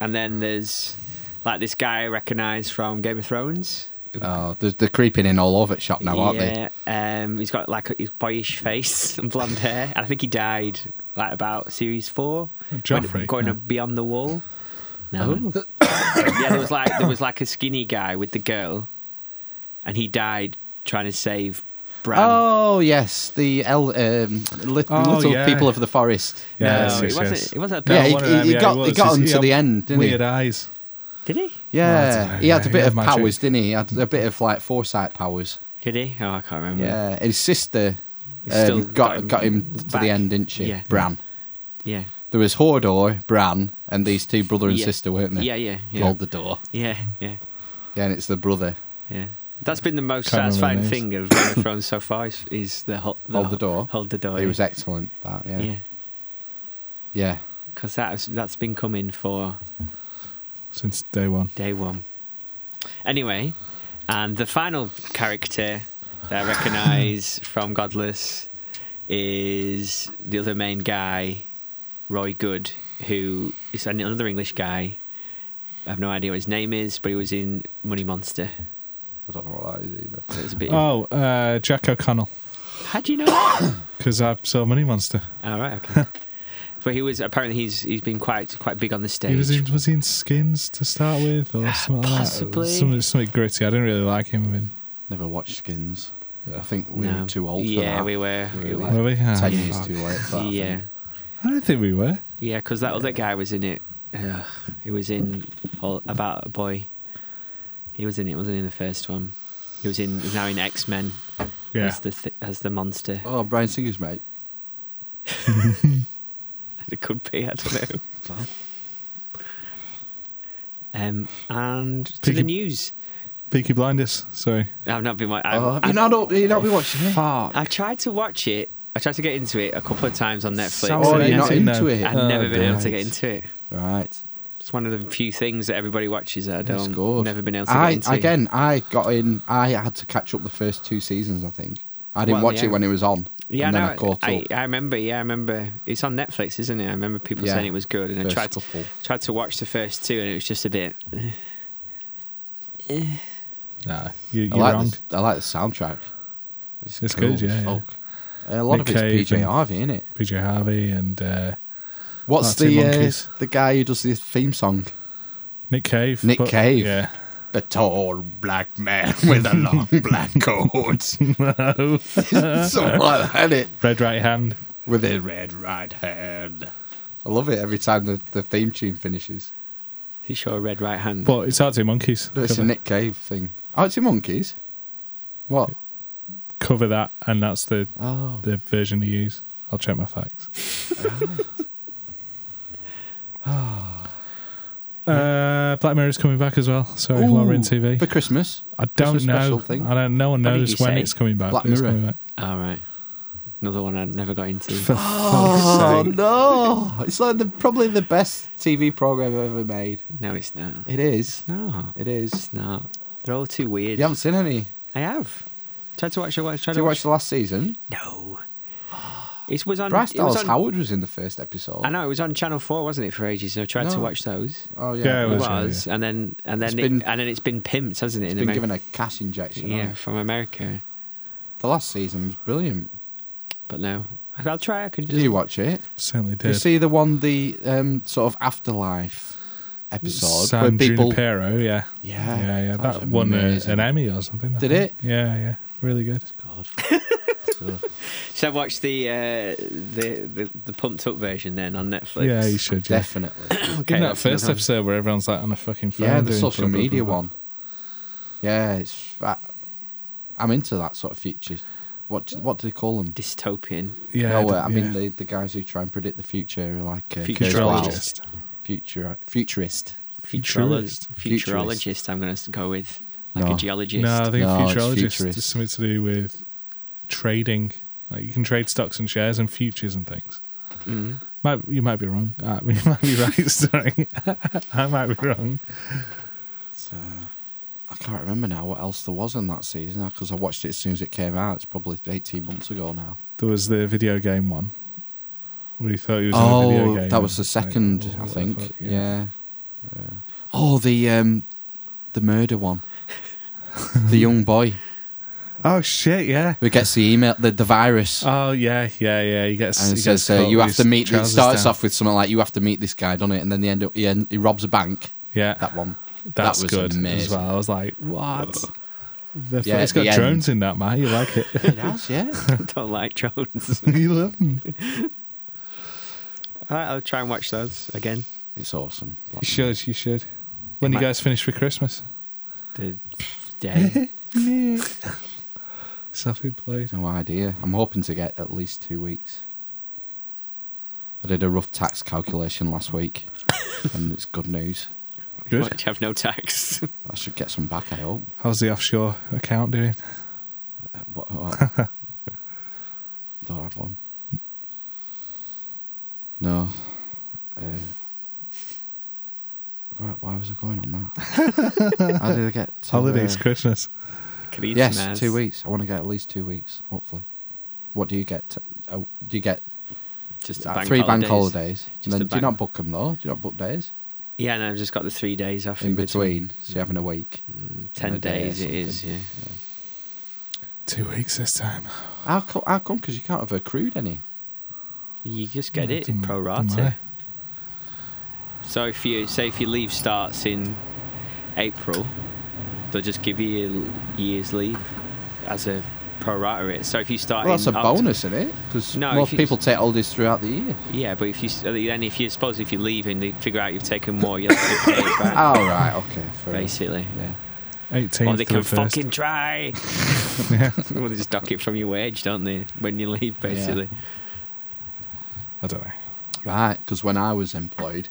D: And then there's like this guy I recognise from Game of Thrones.
A: Oh, they're, they're creeping in all over the shop now, aren't they?
D: yeah, um, he's got like a his boyish face and blonde hair, and I think he died like about series four. when-
B: Joffrey,
D: going
B: no.
D: to beyond the wall. No,
A: Oh.
D: yeah, there was like there was like a skinny guy with the girl, and he died trying to save Bran.
A: Oh yes, the el- um, lit-
B: Oh,
A: little
B: yeah.
A: people of the forest.
D: no,
B: Yes,
D: it
B: yes,
D: wasn't.
B: yes.
D: It wasn't. A
A: Yeah, he-
D: girl,
B: one of them,
A: he got-
B: it
A: he
B: was.
A: got
B: He's-
A: them to
B: had
A: the end, didn't he?
B: Weird uh, eyes.
D: did he?
A: Yeah,
B: Right,
A: he had a
B: yeah,
A: bit
B: yeah,
A: of
B: magic.
A: powers, didn't he? He had a bit of like foresight powers.
D: Did he? Oh, I can't remember.
A: Yeah, his sister
D: He's still
A: um,
D: got
A: got got
D: him
A: him to
D: back.
A: the end, didn't she?
D: Yeah.
A: Bran.
D: yeah,
A: There was Hordor, Bran, and these two brother and
D: Yeah.
A: sister, weren't they?
D: yeah, yeah, yeah,
A: Rolled the door.
D: yeah, yeah.
A: Yeah, and it's the brother.
D: Yeah. That's been the most
B: Can't remember
D: satisfying
B: names.
D: thing of Game of Thrones so far is, is the, ho-
A: Hold the door.
D: Hold the door.
A: He was excellent. That yeah.
D: Yeah.
A: Yeah.
D: Because that's, that's been coming for
B: Since day one.
D: day one. Anyway, and the final character that I recognise from Godless is the other main guy, Roy Good, who is an- another English guy. I have no idea what his name is, but he was in Money Monster.
A: I don't know what that is either.
D: So it's a bit.
B: Oh, uh, Jack O'Connell.
D: How do you know that?
B: Because I saw Money Monster.
D: All right, okay. but he was apparently he's he's been quite quite big on the stage.
B: He was in, was he in Skins to start with, or something like
D: Ah, possibly.
B: that? Something, something gritty. I didn't really like him. In,
A: Never watched Skins. I think we
D: No.
A: were too old for
D: Yeah,
A: that.
D: we were.
A: We
D: We
A: were
D: were.
A: like
B: Were we? Ah,
A: ten
B: yeah.
A: years too late. For that, I
D: yeah,
A: think.
B: I don't think we were.
D: yeah, because that other guy was in it. Ugh, he was in all, about a boy. He was in it. Wasn't in the first one. He was in he's now in X Men
B: Yeah.
D: as the th- as the monster.
A: Oh, Brian Singer's mate.
D: It could be. I don't know. Um, and to the
B: Peaky-
D: news.
B: Peaky Blinders. Sorry.
D: I've not been. wa- I've,
A: Oh, have you
D: I've,
A: not, you not been watching it?
D: I tried to watch it. I tried to get into it a couple of times on Netflix.
B: Sounds
A: Oh,
B: like
A: you're not
B: it's in
A: into
B: there.
A: it?
D: I've
B: Oh,
D: never been able
B: right.
D: to get into it.
A: Right.
D: It's one of the few things that everybody watches that I
A: That's
D: don't.
A: good.
D: Never been able to
A: I,
D: get into.
A: Again, I got in. I had to catch up the first two seasons. I think I didn't
D: Well,
A: watch
D: yeah.
A: it when it was on.
D: Yeah,
A: and then
D: no,
A: I caught
D: I,
A: up.
D: I remember. Yeah, I remember. It's on Netflix, isn't it? I remember people
A: Yeah.
D: saying it was good, and I
A: First
D: tried to,
A: couple.
D: tried to watch the first two, and it was just a bit.
B: No, you,
A: I
B: you're
A: like,
B: wrong.
A: The, I like the soundtrack.
B: It's
A: cool
B: good, yeah,
A: as
B: yeah.
A: fuck. A lot
B: Nick
A: of
B: Cave
A: it's PJ
B: and-
A: Harvey, isn't it?
B: PJ Harvey and uh,
A: What's
B: Arctic
A: the uh,
B: Monkeys.
A: the guy who does the theme song?
B: Nick Cave.
A: Nick Cave.
B: Yeah.
A: The tall black man with a long black coat. Something like that, innit?
B: Red Right Hand.
A: With a red right hand. I love it every time the, the theme tune finishes.
D: He showed a red right hand.
B: But it's Arctic Monkeys.
A: No, It's a
B: cover,
A: Nick Cave thing. Oh, it's your monkeys. What?
B: cover that, and that's the
A: Oh,
B: the version they use. I'll check my facts.
A: Ah.
B: uh, Black Mirror's coming back as well. Sorry, while we're in TV.
A: for Christmas.
B: I don't
A: Christmas
B: know.
A: special thing.
B: I don't. No one
D: What did
B: knows
D: you
B: when
D: say?
B: it's coming back.
A: Black
B: but it's
A: Mirror.
B: coming back.
D: All right, another one I never got into.
A: Oh no! It's like the, probably the best TV program ever made.
D: no, it's not.
A: It is.
D: No,
A: It is.
D: it's not. They're all too weird.
A: You haven't seen any.
D: I have. Tried to watch. I watched. Tried
A: Did
D: to
A: you
D: watch.
A: watch the last season?
D: No. It was on.
A: Bryce
D: it was
A: Dallas
D: on
A: Howard was in the first episode.
D: I know it was on Channel Four, wasn't it, for ages? And I tried to
A: No.
D: watch those.
A: Oh yeah,
B: Yeah, it
D: It
B: was,
D: was,
B: yeah, yeah.
D: and then and then
A: It's
D: it,
A: been-
D: and then it's been pimped, hasn't it?
A: It's
D: in
A: been
D: Ameri-
A: given a cash injection.
D: yeah,
A: Yeah.
D: from America.
A: The last season was brilliant.
D: But no, I'll try. I can
A: Did
D: just
A: you watch it?
B: Certainly
A: Did you
B: did.
A: see the one, the um, sort of afterlife episode
B: San
A: where people?
B: Junipero, yeah.
A: Yeah,
B: yeah, yeah.
A: that
B: That
A: was
B: won a,
A: amazing.
B: an Emmy or something. I
A: Did
B: think.
A: it?
B: Yeah, yeah. Really good.
A: God.
D: So I watched the, uh, the the the pumped up version then on Netflix.
B: Yeah, you should. Yeah.
A: Definitely.
D: Okay,
B: In that
D: that's
B: first
D: another-
B: episode where everyone's like on a fucking phone.
A: yeah, the
B: doing
A: social
B: blah, blah,
A: media
B: blah, blah.
A: one. Yeah, it's. I, I'm into that sort of future. What do, what do they call them?
D: dystopian.
B: Yeah,
A: no, uh,
B: d-
A: I
B: yeah.
A: mean the, the guys who try and predict the future are like uh, Kurzweil.
D: Futurologist.
B: Futurologist.
A: Future, futurist.
D: Futurologist.
B: Futurist.
D: Futurologist. I'm going to go with like
A: No.
D: a geologist.
B: No, I think
A: No, it's
B: futurologist
A: futurist.
B: is something to do with trading. Like you can trade stocks and shares and futures and things.
D: Mm.
B: Might you might be wrong. Uh, you might be right. Sorry, I might be wrong.
A: It's, uh, I can't remember now what else there was in that season because I watched it as soon as it came out. It's probably 18 months ago now.
B: There was the video game one. We thought he was
A: oh,
B: in a video game.
A: that was the
B: Like,
A: second,
B: oh,
A: I
B: what the
A: think.
B: fuck,
A: yeah. Yeah. Oh, the um, the murder one. the young boy
B: Oh shit! Yeah.
A: who gets the email, the, the virus,
B: Oh yeah, yeah, yeah. He gets.
A: and
B: he
A: it
B: gets
A: says uh,
B: caught
A: you
B: with
A: have to
B: his
A: meet. It
B: trousers
A: starts
B: down.
A: off with something like you have to meet this guy, don't it? And then they end up he, end, he robs a bank.
B: Yeah,
A: That one.
B: that's
A: was
B: good as
A: amazing.
B: well. I was like, what? The
A: Yeah,
B: yeah, it's
A: at
B: got
A: the end.
B: drones in that man. You like it?
A: It has, yeah.
D: Don't like drones.
B: you love them.
D: All right, I'll try and watch those again.
A: It's awesome.
B: You should. You should. When you
D: Might-
B: guys finish for Christmas,
D: The day.
B: something played.
A: No idea. I'm hoping to get at least two weeks. I did a rough tax calculation last week, and it's good news.
B: Good.
D: Watch, have no tax.
A: I should get some back, I hope.
B: How's the offshore account doing?
A: Uh, what- what- Don't have one. No. Uh, why, why was I going on that? How did I get to,
B: Holidays,
A: uh,
B: Christmas.
D: Can eat
A: Yes,
D: some ass.
A: two weeks. I want to get at least two weeks, hopefully. What do you get? T- uh, do you get
D: Just
A: uh,
D: the bank
A: three bank
D: holidays.
A: holidays?
D: Just
A: and
D: the
A: then do you not
D: bank-
A: book them though? Do you not book days
D: Yeah, and I've just got the three days off in,
A: in between? So you're having a week.
D: Mm,
A: and
D: Ten
A: a day or
D: days it is. Yeah.
B: Two weeks this time.
D: Mm-hmm.
A: How, co- how come? Because you can't have accrued any.
D: You just get
B: Yeah,
D: it
B: don't-
D: pro
B: don't
D: rata.
B: worry.
D: So if you say if your leave starts in April, they'll just give you a l- year's leave as a pro rata rate. So if you start,
A: Well, that's a
D: in Oct-
A: bonus, isn't it? Because
D: No,
A: most
D: if you-
A: people take holidays throughout the year.
D: Yeah, but if you s- then if you suppose if you leave and they figure out you've taken more, you have to pay it back.
A: All Oh, right, okay. Fair enough.
D: Basically.
A: Yeah.
B: 18th
D: Or they
B: to
D: can
B: the first.
D: fucking try.
B: yeah.
D: well, they just dock it from your wage, don't they? When you leave, basically.
B: I don't know.
A: Right, because when I was employed,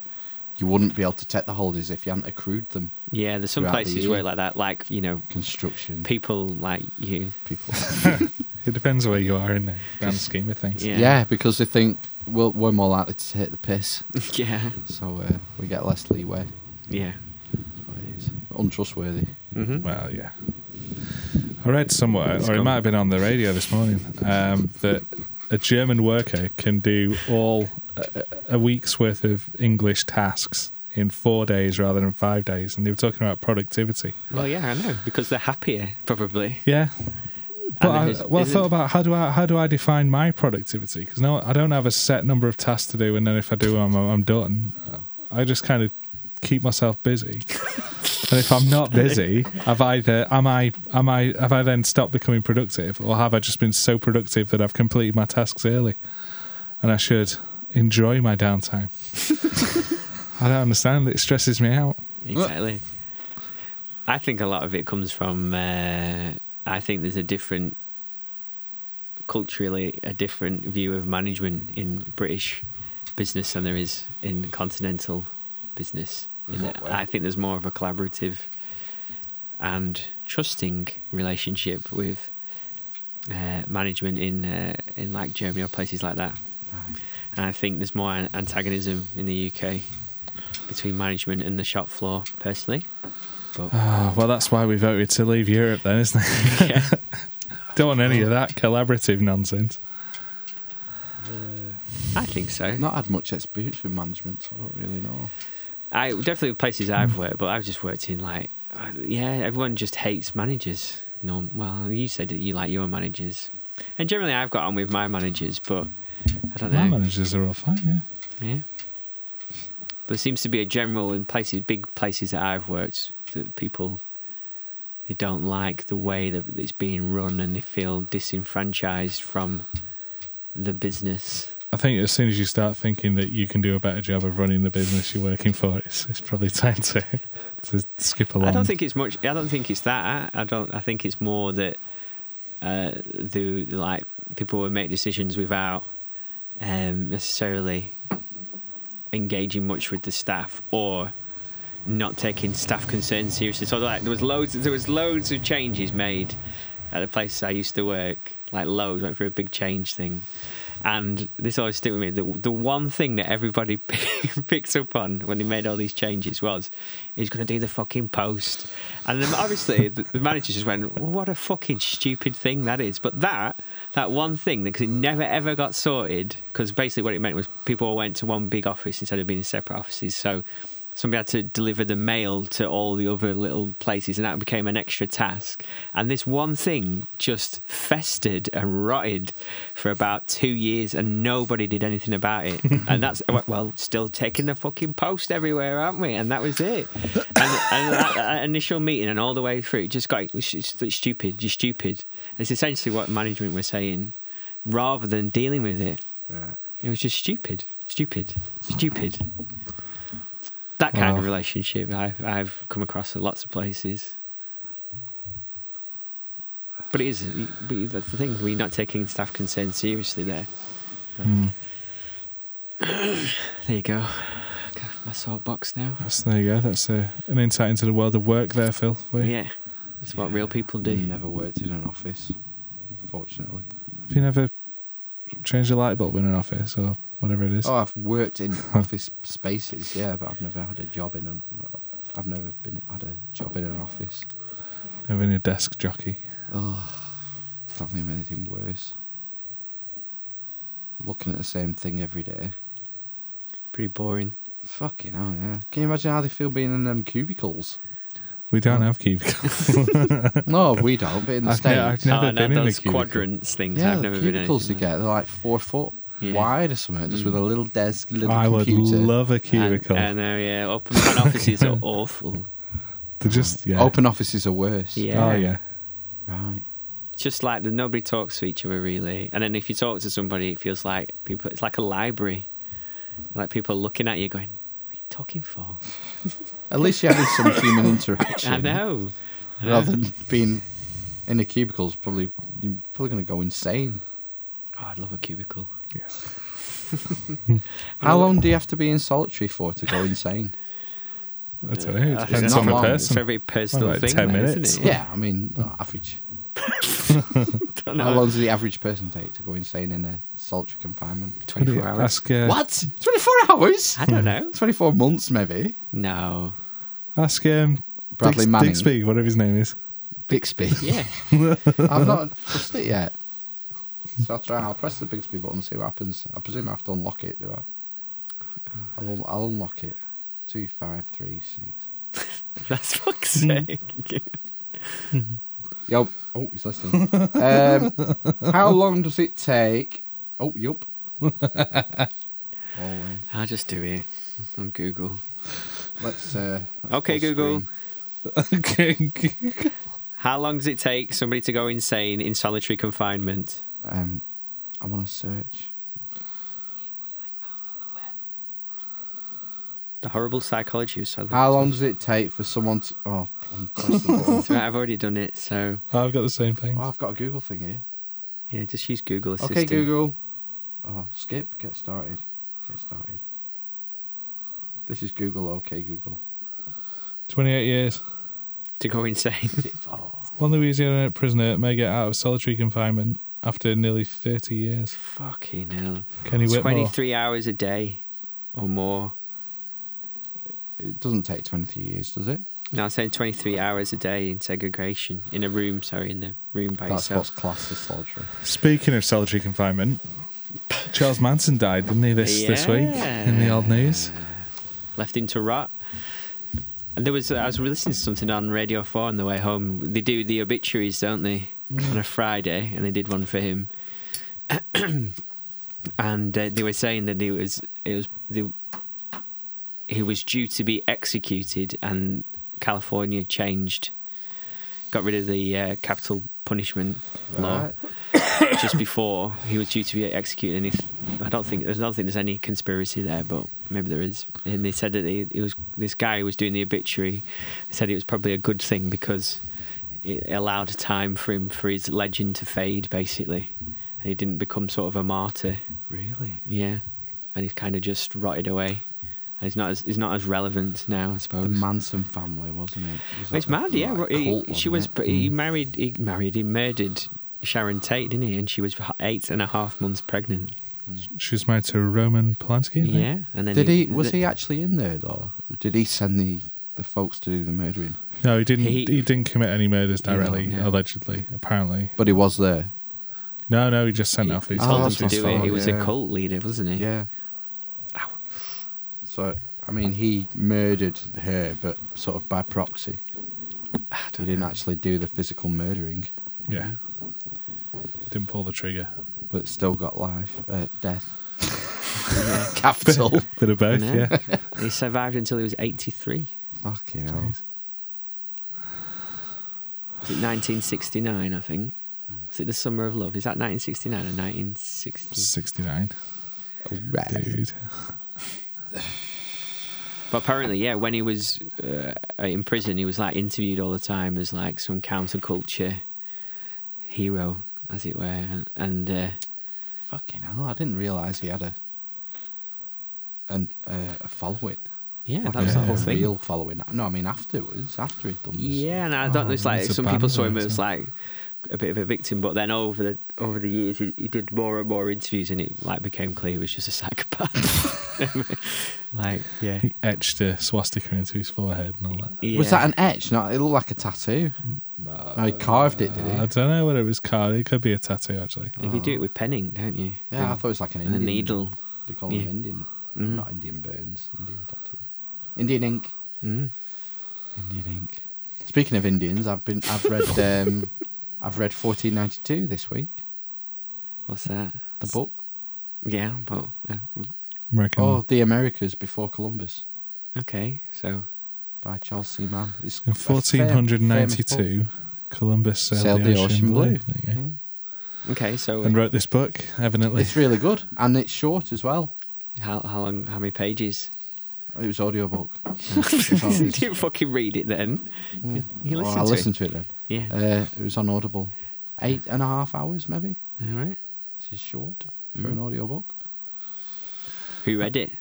A: you wouldn't be able to take the holidays if you hadn't accrued them.
D: Yeah, there's some
A: Throughout the
D: places
A: year.
D: where like that, like you know,
A: Construction
D: people like you.
A: people.
B: It depends where you are in the grand scheme of things.
D: Yeah.
A: yeah. because they think we'll, we're more likely to take the piss,
D: yeah,
A: so uh, we get less leeway.
D: yeah.
A: That's what it is. Untrustworthy.
D: Mm-hmm.
B: Well, yeah. I read somewhere,
D: It's
B: or it
D: gone.
B: might have been on the radio this morning, um, that a German worker can do all a, a week's worth of English tasks in four days rather than five days. And they were talking about productivity.
D: Well, yeah, I know because they're happier probably.
B: Yeah. But
D: And
B: I,
D: is-
B: well, I
D: isn't-
B: thought about how do I how do I define my productivity? Because no, I don't have a set number of tasks to do, and then if I do, I'm I'm done. I just kind of keep myself busy, and if I'm not busy, have either am I am I have I then stopped becoming productive, or have I just been so productive that I've completed my tasks early, and I should enjoy my downtime? I don't understand. It stresses me out.
D: Exactly. I think a lot of it comes from. Uh, I think there's a different, culturally, a different view of management in British business than there is in continental business.
A: In
D: In
A: what
D: that
A: way?
D: I think there's more of a collaborative and trusting relationship with uh, management in uh, in like Germany or places like that. And I think there's more an- antagonism in the UK between management and the shop floor, personally. But
B: Ah, well, that's why we voted to leave Europe, then, isn't it?
D: yeah,
B: Don't want any of that collaborative nonsense.
D: I think so.
A: Not had much experience with management, so I don't really know.
D: I definitely places I've worked, but I've just worked in like, uh, yeah, everyone just hates managers. Norm, well, you said that you like your managers, and generally I've got on with my managers, but I don't
B: My
D: know.
B: managers are all fine, yeah.
D: Yeah. But it seems to be a general in places, big places that I've worked, that people they don't like the way that it's being run, and they feel disenfranchised from the business.
B: I think as soon as you start thinking that you can do a better job of running the business you're working for, it's, it's probably time to, to skip along.
D: I don't think it's much. I don't think it's that. I don't. I think it's more that uh, the like people will make decisions without um, necessarily engaging much with the staff or not taking staff concerns seriously. So like there was loads. There was loads of changes made at the place I used to work like loads, went through a big change thing. And this always stick with me. The, the one thing that everybody picks up on when they made all these changes was he's going to do the fucking post. And then obviously the, the manager just went, well, "What a fucking stupid thing that is." But that that one thing because it never ever got sorted because basically what it meant was people all went to one big office instead of being in separate offices. So somebody had to deliver the mail to all the other little places, and that became an extra task. And this one thing just festered and rotted for about two years, and nobody did anything about it. and that's well, still taking the fucking post everywhere, aren't we? And that was it. And, and that, that initial meeting, and all the way through, it just got it was st- stupid. You're stupid. It's essentially what management were saying, rather than dealing with it.
A: Yeah.
D: It was just stupid, stupid, stupid. That kind
B: Wow.
D: of relationship I've, I've come across at lots of places. But it is, but that's the thing, we're not taking staff concern seriously there.
B: Mm.
D: There you go. Got my salt box now.
B: That's there you go. That's uh an insight into the world of work there, Phil. For you.
D: Yeah, that's what real people do.
A: Never worked in an office, unfortunately.
B: Have you never changed a light bulb in an office or whatever it is?
A: Oh, I've worked in office spaces, yeah, but I've never had a job in an. I've never been had a job in an office.
B: Never been a desk jockey.
A: Oh, can't think of anything worse. Looking at the same thing every day.
D: Pretty boring.
A: Fucking hell, yeah. Can you imagine how they feel being in them cubicles?
B: We don't
A: Oh.
B: have cubicles.
A: no, we don't, but in the
B: I've ne- I've
A: States.
B: Never
D: oh, no,
B: been in a
D: those
B: cubicle.
D: quadrants things.
A: yeah,
D: I've
A: the
D: never been in.
A: cubicles they
D: anything like
A: get, they're like four foot
D: Yeah. Mm.
A: wide or something, just with a little desk, little
B: I would
A: computer.
B: love a
D: that.
B: cubicle.
D: I, I know, yeah. Open plan offices are awful.
B: They're just yeah.
A: Open offices are worse.
D: Yeah.
B: Oh yeah.
A: Right.
D: just like the nobody talks to each other really and then if you talk to somebody it feels like people it's like a library like people looking at you going what are you talking for
A: At least you're having some human interaction.
D: i know I know.
A: Rather than being in the cubicles, probably you're probably going to go insane.
D: oh, i'd love a cubicle
A: How long do you have to be in solitary for to go insane?
B: That's eh? what I heard.
D: I think
B: Depends
A: not
B: on the
A: long.
D: it's a
B: person.
D: very personal
B: About
D: thing
B: 10
D: though,
B: minutes.
D: isn't it
A: yeah, I mean, average.
D: Don't
A: How
D: know.
A: long does the average person take to go insane in a solitary confinement?
D: 24 hours
B: Ask uh,
A: What? 24 hours?
D: i don't know
A: 24 months, maybe.
D: no
B: Ask um,
A: Bradley
B: Dix-
A: Manning.
B: Dixby, whatever his name is.
A: Bixby.
D: yeah
A: I've not pressed it yet. So I'll try. I'll press the Bixby button and see what happens. I presume I have to unlock it, do I? I'll, un- I'll unlock it. Two, five, three, six.
D: that's fuck's
B: Hmm.
D: sake
A: Yo. Oh, he's listening. um, how long does it take? Oh, yup. Always.
D: i'll just do it on google
A: Let's. Uh, let's
D: Okay,
A: full
D: Google.
A: screen.
B: okay.
D: how long does it take somebody to go insane in solitary confinement
A: Um, I want to search.
D: the horrible psychology of solitary
A: How long does it take for someone to? Oh, press the button.
D: Right, I've already done it, so
B: I've got the same thing.
A: Oh, I've got a Google thing here.
D: yeah, just use Google Assistant.
A: Okay, Google. Oh, skip. Get started. Get started. This is Google. Okay, Google.
B: 28 years.
D: To go insane.
A: Oh,
B: One Louisiana prisoner may get out of solitary confinement after nearly 30 years.
D: Fucking hell.
B: Kenny Whitmore.
D: 23 hours a day or more.
A: it doesn't take twenty years, does it?
D: No, I'm saying 23 hours a day in segregation. In a room, sorry, in the room by
A: That's what's
D: yourself.
A: classed as solitary.
B: Speaking of solitary confinement, Charles Manson died, didn't he, this, this week in the old news?
D: Left him to rot. And there was, I was listening to something on Radio 4 on the way home. They do the obituaries, don't they? On a Friday, and they did one for him. and uh, they were saying that it was it was the he was due to be executed, and California changed, got rid of the uh, capital punishment law
A: Right.
D: just before he was due to be executed. And if I don't think there's I don't think there's any conspiracy there, but maybe there is. And they said that he, it was this guy who was doing the obituary said it was probably a good thing because it allowed time for him for his legend to fade, basically, and he didn't become sort of a martyr.
A: Really?
D: Yeah, and he's kind of just rotted away. And he's not as he's not as relevant now, I suppose.
A: The Manson family, wasn't it? Was that
D: it's mad, yeah.
A: like
D: he-
A: cult,
D: she
A: wasn't
D: was.
A: it? Mm.
D: He married. He married. He murdered Sharon Tate, didn't he? And she was h- eight and a half months pregnant.
B: She was married to Roman Polanski. I think.
D: Yeah, and then
A: Did he? Was he actually in there though? Did he send the the folks to do the murdering?
B: No, he didn't.
D: He-
B: He, didn't commit any murders directly,
D: yeah.
B: allegedly. Apparently,
A: But he was there.
B: no, no. He just sent off
D: he
B: his.
D: told
A: Oh,
D: them
A: that's
D: to
A: what
D: do
A: I
D: it.
A: thought,
D: He was a
A: yeah.
D: cult leader, wasn't he?
A: Yeah.
D: Ow.
A: So I mean, he murdered her, but sort of by proxy. He didn't actually do the physical murdering,
B: yeah, didn't pull the trigger.
A: but still got life, uh, death, capital.
B: Bit of both.
D: Yeah.
B: Yeah.
D: He survived until he was 83.
A: Fucking hell.
B: Jeez.
D: Was it 1969, I think? Was it The Summer of Love? Is that 1969 or 1960?
B: Sixty-nine, dude.
D: But apparently, yeah, when he was uh, in prison, he was like interviewed all the time as like some counterculture hero, as it were. And uh,
A: Fucking hell! I didn't realise he had a an uh, a following.
D: yeah,
A: Like
D: that was the
A: a
D: whole thing.
A: real Oh, following. No, I mean afterwards, after he'd done this.
D: Yeah, and I don't know. It's like
B: it's a
D: some people
B: band
D: saw him
B: though,
D: as
B: isn't
D: like a bit of a victim, but then over the over the years, he, he did more and more interviews, and it like became clear he was just a psychopath. like, yeah,
B: He etched a swastika into his forehead and all that.
A: Was
D: Yeah.
A: that an etch? No, it looked like a tattoo. No, he carved it, did he?
B: I don't know whether it was card. It could be a tattoo, actually.
D: If you do it with penning, don't you?
A: yeah, I thought it was like an
D: and a
A: Indian.
D: needle.
A: They call them
D: Yeah.
A: Indian,
D: Mm.
A: not Indian burns. Indian tattoo. Indian ink.
D: Mm.
A: Indian ink. Speaking of Indians, I've been. I've read. um, I've read 1492 this week.
D: What's that?
A: The book.
D: Yeah, but uh,
B: American.
A: Oh, The Americas Before Columbus
D: okay. So
A: by Charles C. Mann. It's
B: In
A: a fair- famous book.
B: 1492, Columbus sailed, the, ocean, blue. There you go.
D: okay. So
B: And wrote this book, evidently.
A: Mm-hmm. It's really good and it's short as well.
D: how how long? How many pages?
A: It was audiobook.
D: you didn't fucking read it then. You, you
A: Well, I
D: listened to
A: listened Oh, to it then.
D: it. Yeah.
A: Uh, it was on Audible. Eight and a half hours, maybe.
D: All right.
A: This is short for an audiobook.
D: Who read it?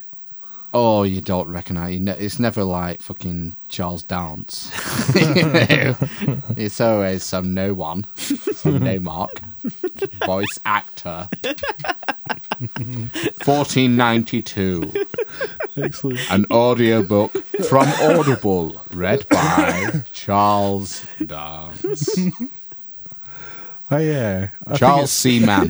A: Oh, you don't recognise. You ne- it's never like fucking Charles Dance. it's always some no one, some no mark, voice actor. 1492,
B: Excellent.
A: an audiobook from Audible, read by Charles Dance.
B: Oh, yeah. I think
A: Charles C. Mann.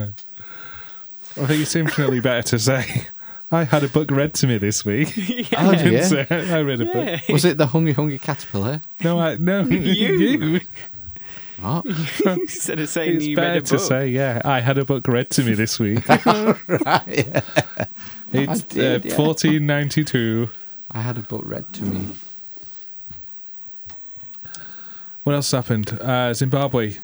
B: it's- I think it's infinitely better to say, I had a book read to me this week.
A: Oh,
B: than
A: yeah.
B: say, I read a book.
A: Was it the Hungry Hungry Caterpillar?
B: No, I, no,
D: You.
A: What?
D: Instead of saying
B: It's
D: you read
B: better
D: a
B: to
D: book.
B: say, yeah, I had a book read to me this week. It's
A: did,
B: uh,
A: yeah.
B: 1492.
A: I had a book read to me.
B: What else happened? Uh, Zimbabwe.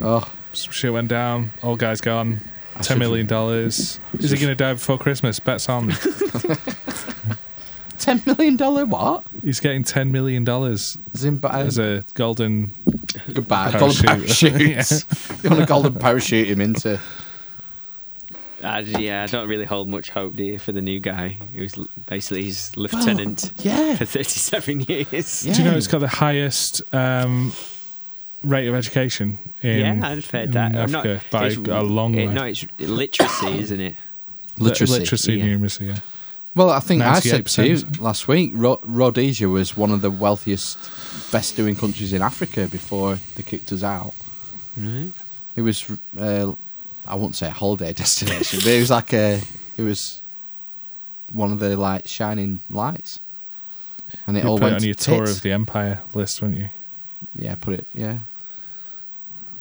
A: Oh,
B: Some shit went down. Old guy's gone.
A: I
B: Ten million dollars. Is he
A: should've-
B: going to die before Christmas? Bets on.
A: ten million dollar what?
B: He's getting ten million dollars as
A: Zimbabwe.
B: a golden.
A: Goodbye.
B: Parachute.
A: Golden parachutes. You want a golden parachute him into?
D: I, yeah, I don't really hold much hope, do you, for the new guy who's l- basically his lieutenant
A: Yeah.
D: for 37 years.
A: Yeah.
B: Do you know it's got the highest um, rate of education in,
D: yeah, I've heard
B: in
D: that. I'm not-
B: Africa by
D: it's-
B: a long way.
D: it- No, it's literacy, isn't it?
A: Literacy.
B: literacy
D: yeah.
B: numeracy. Yeah.
A: Well, I think I said to you
B: 98%.
A: last week, Ro- Rhodesia was one of the wealthiest, best doing countries in Africa before they kicked us out.
D: Right.
A: It was, uh, I won't say a holiday destination, but it was like a, it was one of the like shining lights, and it
B: You
A: all
B: put it
A: went
B: on
A: to
B: your tour
A: tits.
B: of the empire list, wouldn't you?
A: Yeah, put it. Yeah,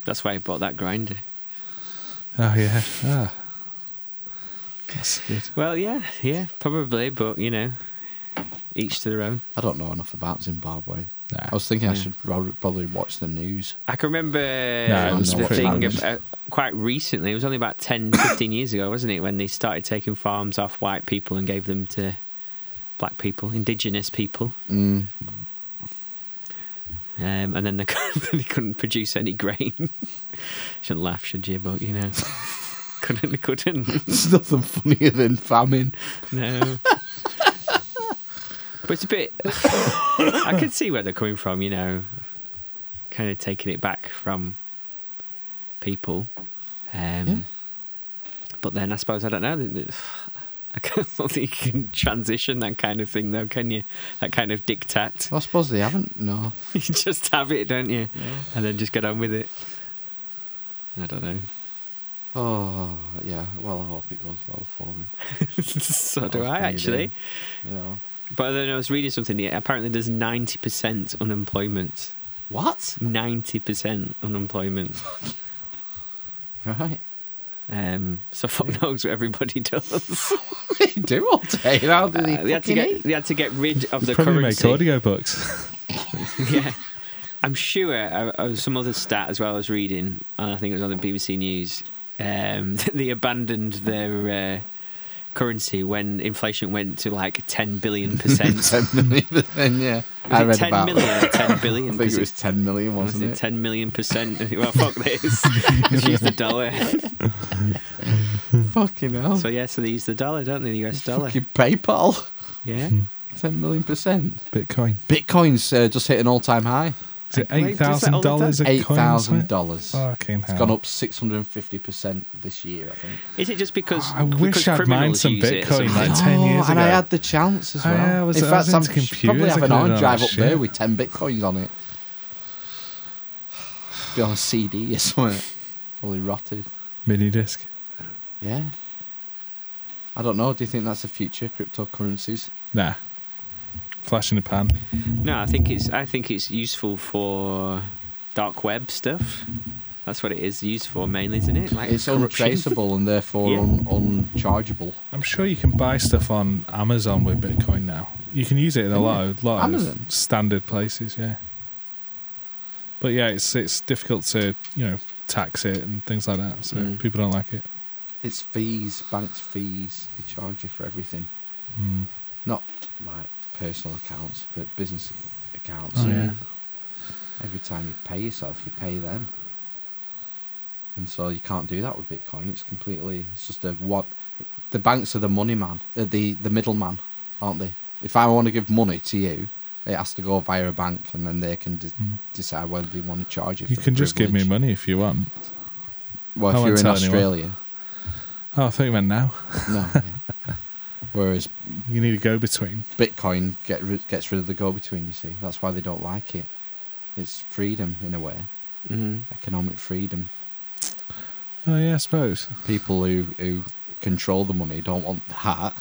D: That's why I bought that grinder.
B: Oh yeah. Ah. That's good.
D: Well, yeah, yeah, probably, but, you know, each to their own.
A: I don't know enough about Zimbabwe.
B: Nah.
A: I was thinking I
D: Yeah.
A: should ro- probably watch the news.
D: I can remember
B: No,
A: it was
D: the
A: pretty
D: thing
A: much-
D: ab- uh, quite recently. It was only about 10, 15 years ago, wasn't it, when they started taking farms off white people and gave them to black people, indigenous people,
A: Mm.
D: um, and then they, couldn't- they couldn't produce any grain. Shouldn't laugh, should you? But you know, couldn't, couldn't.
A: There's nothing funnier than famine.
D: No. But it's a bit. I can see where they're coming from, you know. kind of taking it back from people. Um, But then I suppose I don't know. th- th- I can't think you can transition that kind of thing, though, can you? That kind of diktat.
A: Well, I suppose they haven't. No.
D: you just have it, don't you? And then just get on with it. I don't know.
A: Oh yeah. Well, I hope it goes well for them.
D: so
A: What
D: do
A: else
D: I
A: can you
D: actually.
A: do? You know.
D: But then I was reading something. Yeah, apparently, there's ninety percent unemployment.
A: What?
D: Ninety percent unemployment.
A: Right.
D: Um, so fuck knows what everybody does.
A: What do you do all day? How do they
D: Uh, they had
A: fucking
D: to get
A: eat?
D: they had to get rid of the
B: Probably
D: currency.
B: make audio books.
D: yeah. I'm sure I, I was some other stat as well. I was reading, and I think it was on the BBC News. Um, they abandoned their uh, currency when inflation went to like ten billion percent.
A: Ten million, but then, yeah. I
D: Was
A: read
D: it ten
A: about
D: million
A: it.
D: or ten
A: I
D: billion?
A: think
D: 'Cause
A: it was 10 million,
D: I
A: wasn't
D: said
A: it?
D: 10 million percent. Well, fuck this. Just use the dollar.
A: Fucking hell.
D: So, yeah, so they use the dollar, don't they? The US dollar.
A: Fucking PayPal.
D: Yeah.
A: 10 million percent.
B: Bitcoin.
A: Bitcoin's uh, just hit an all time high.
B: Is it
D: Wait,
B: eight
D: does that all the
B: thousand dollars a
A: $8,000.
B: coin? isn't it? Fucking
A: It's
B: hell.
A: gone up 650% this year, I think.
D: Is it just because.
B: I wish
D: because
B: I'd mined
D: criminals
B: some
D: use it
B: Bitcoin,
D: or something?
B: like, 10 years
A: and I
B: ago.
A: had the chance as
B: Oh,
A: well.
B: yeah, I was-
A: In
B: I
A: fact,
B: was
A: I'm
B: into
A: sh- probably
B: computers, I
A: have an
B: couldn't
A: hard
B: know
A: drive
B: that
A: up there
B: shit.
A: with 10 bitcoins on it. Be on a CD or something. Fully rotted.
B: Mini disc.
A: Yeah. I don't know. Do you think that's the future? Cryptocurrencies?
B: Nah. Flash in the pan.
D: No, I think it's I think it's useful for dark web stuff. That's what it is used for mainly, isn't it? Like
A: It's
D: corruption.
A: untraceable and therefore
D: Yeah.
A: un- unchargeable.
B: I'm sure you can buy stuff on Amazon with Bitcoin now. You can use it in a
A: Can
B: lot, of, lot
A: Amazon?
B: of standard places, yeah. But yeah, it's it's difficult to you know tax it and things like that, so
D: Mm.
B: people don't like it.
A: It's fees, banks' fees. They charge you for everything.
B: Mm.
A: Not like personal accounts, but business accounts.
B: Oh yeah,
A: Every time you pay yourself, you pay them. And so you can't do that with Bitcoin. It's completely. It's just a what. The banks are the money man. They're the the middleman, aren't they? If I want to give money to you, it has to go via a bank, and then they can de-
B: Mm.
A: decide whether they want to charge you.
B: you
A: for the
B: can just give me
A: privilege.
B: money if you want.
A: Well,
B: I
A: if
B: won't
A: you're in
B: tell anyone.
A: Australia,
B: Oh, I thought you meant now.
A: no. yeah. Whereas
B: You need a go between.
A: Bitcoin get rid, gets rid of the go-between. You see, that's why they don't like it. It's freedom in a way,
D: Mhm.
A: economic freedom.
B: Oh yeah, I suppose.
A: People who who control the money don't want that.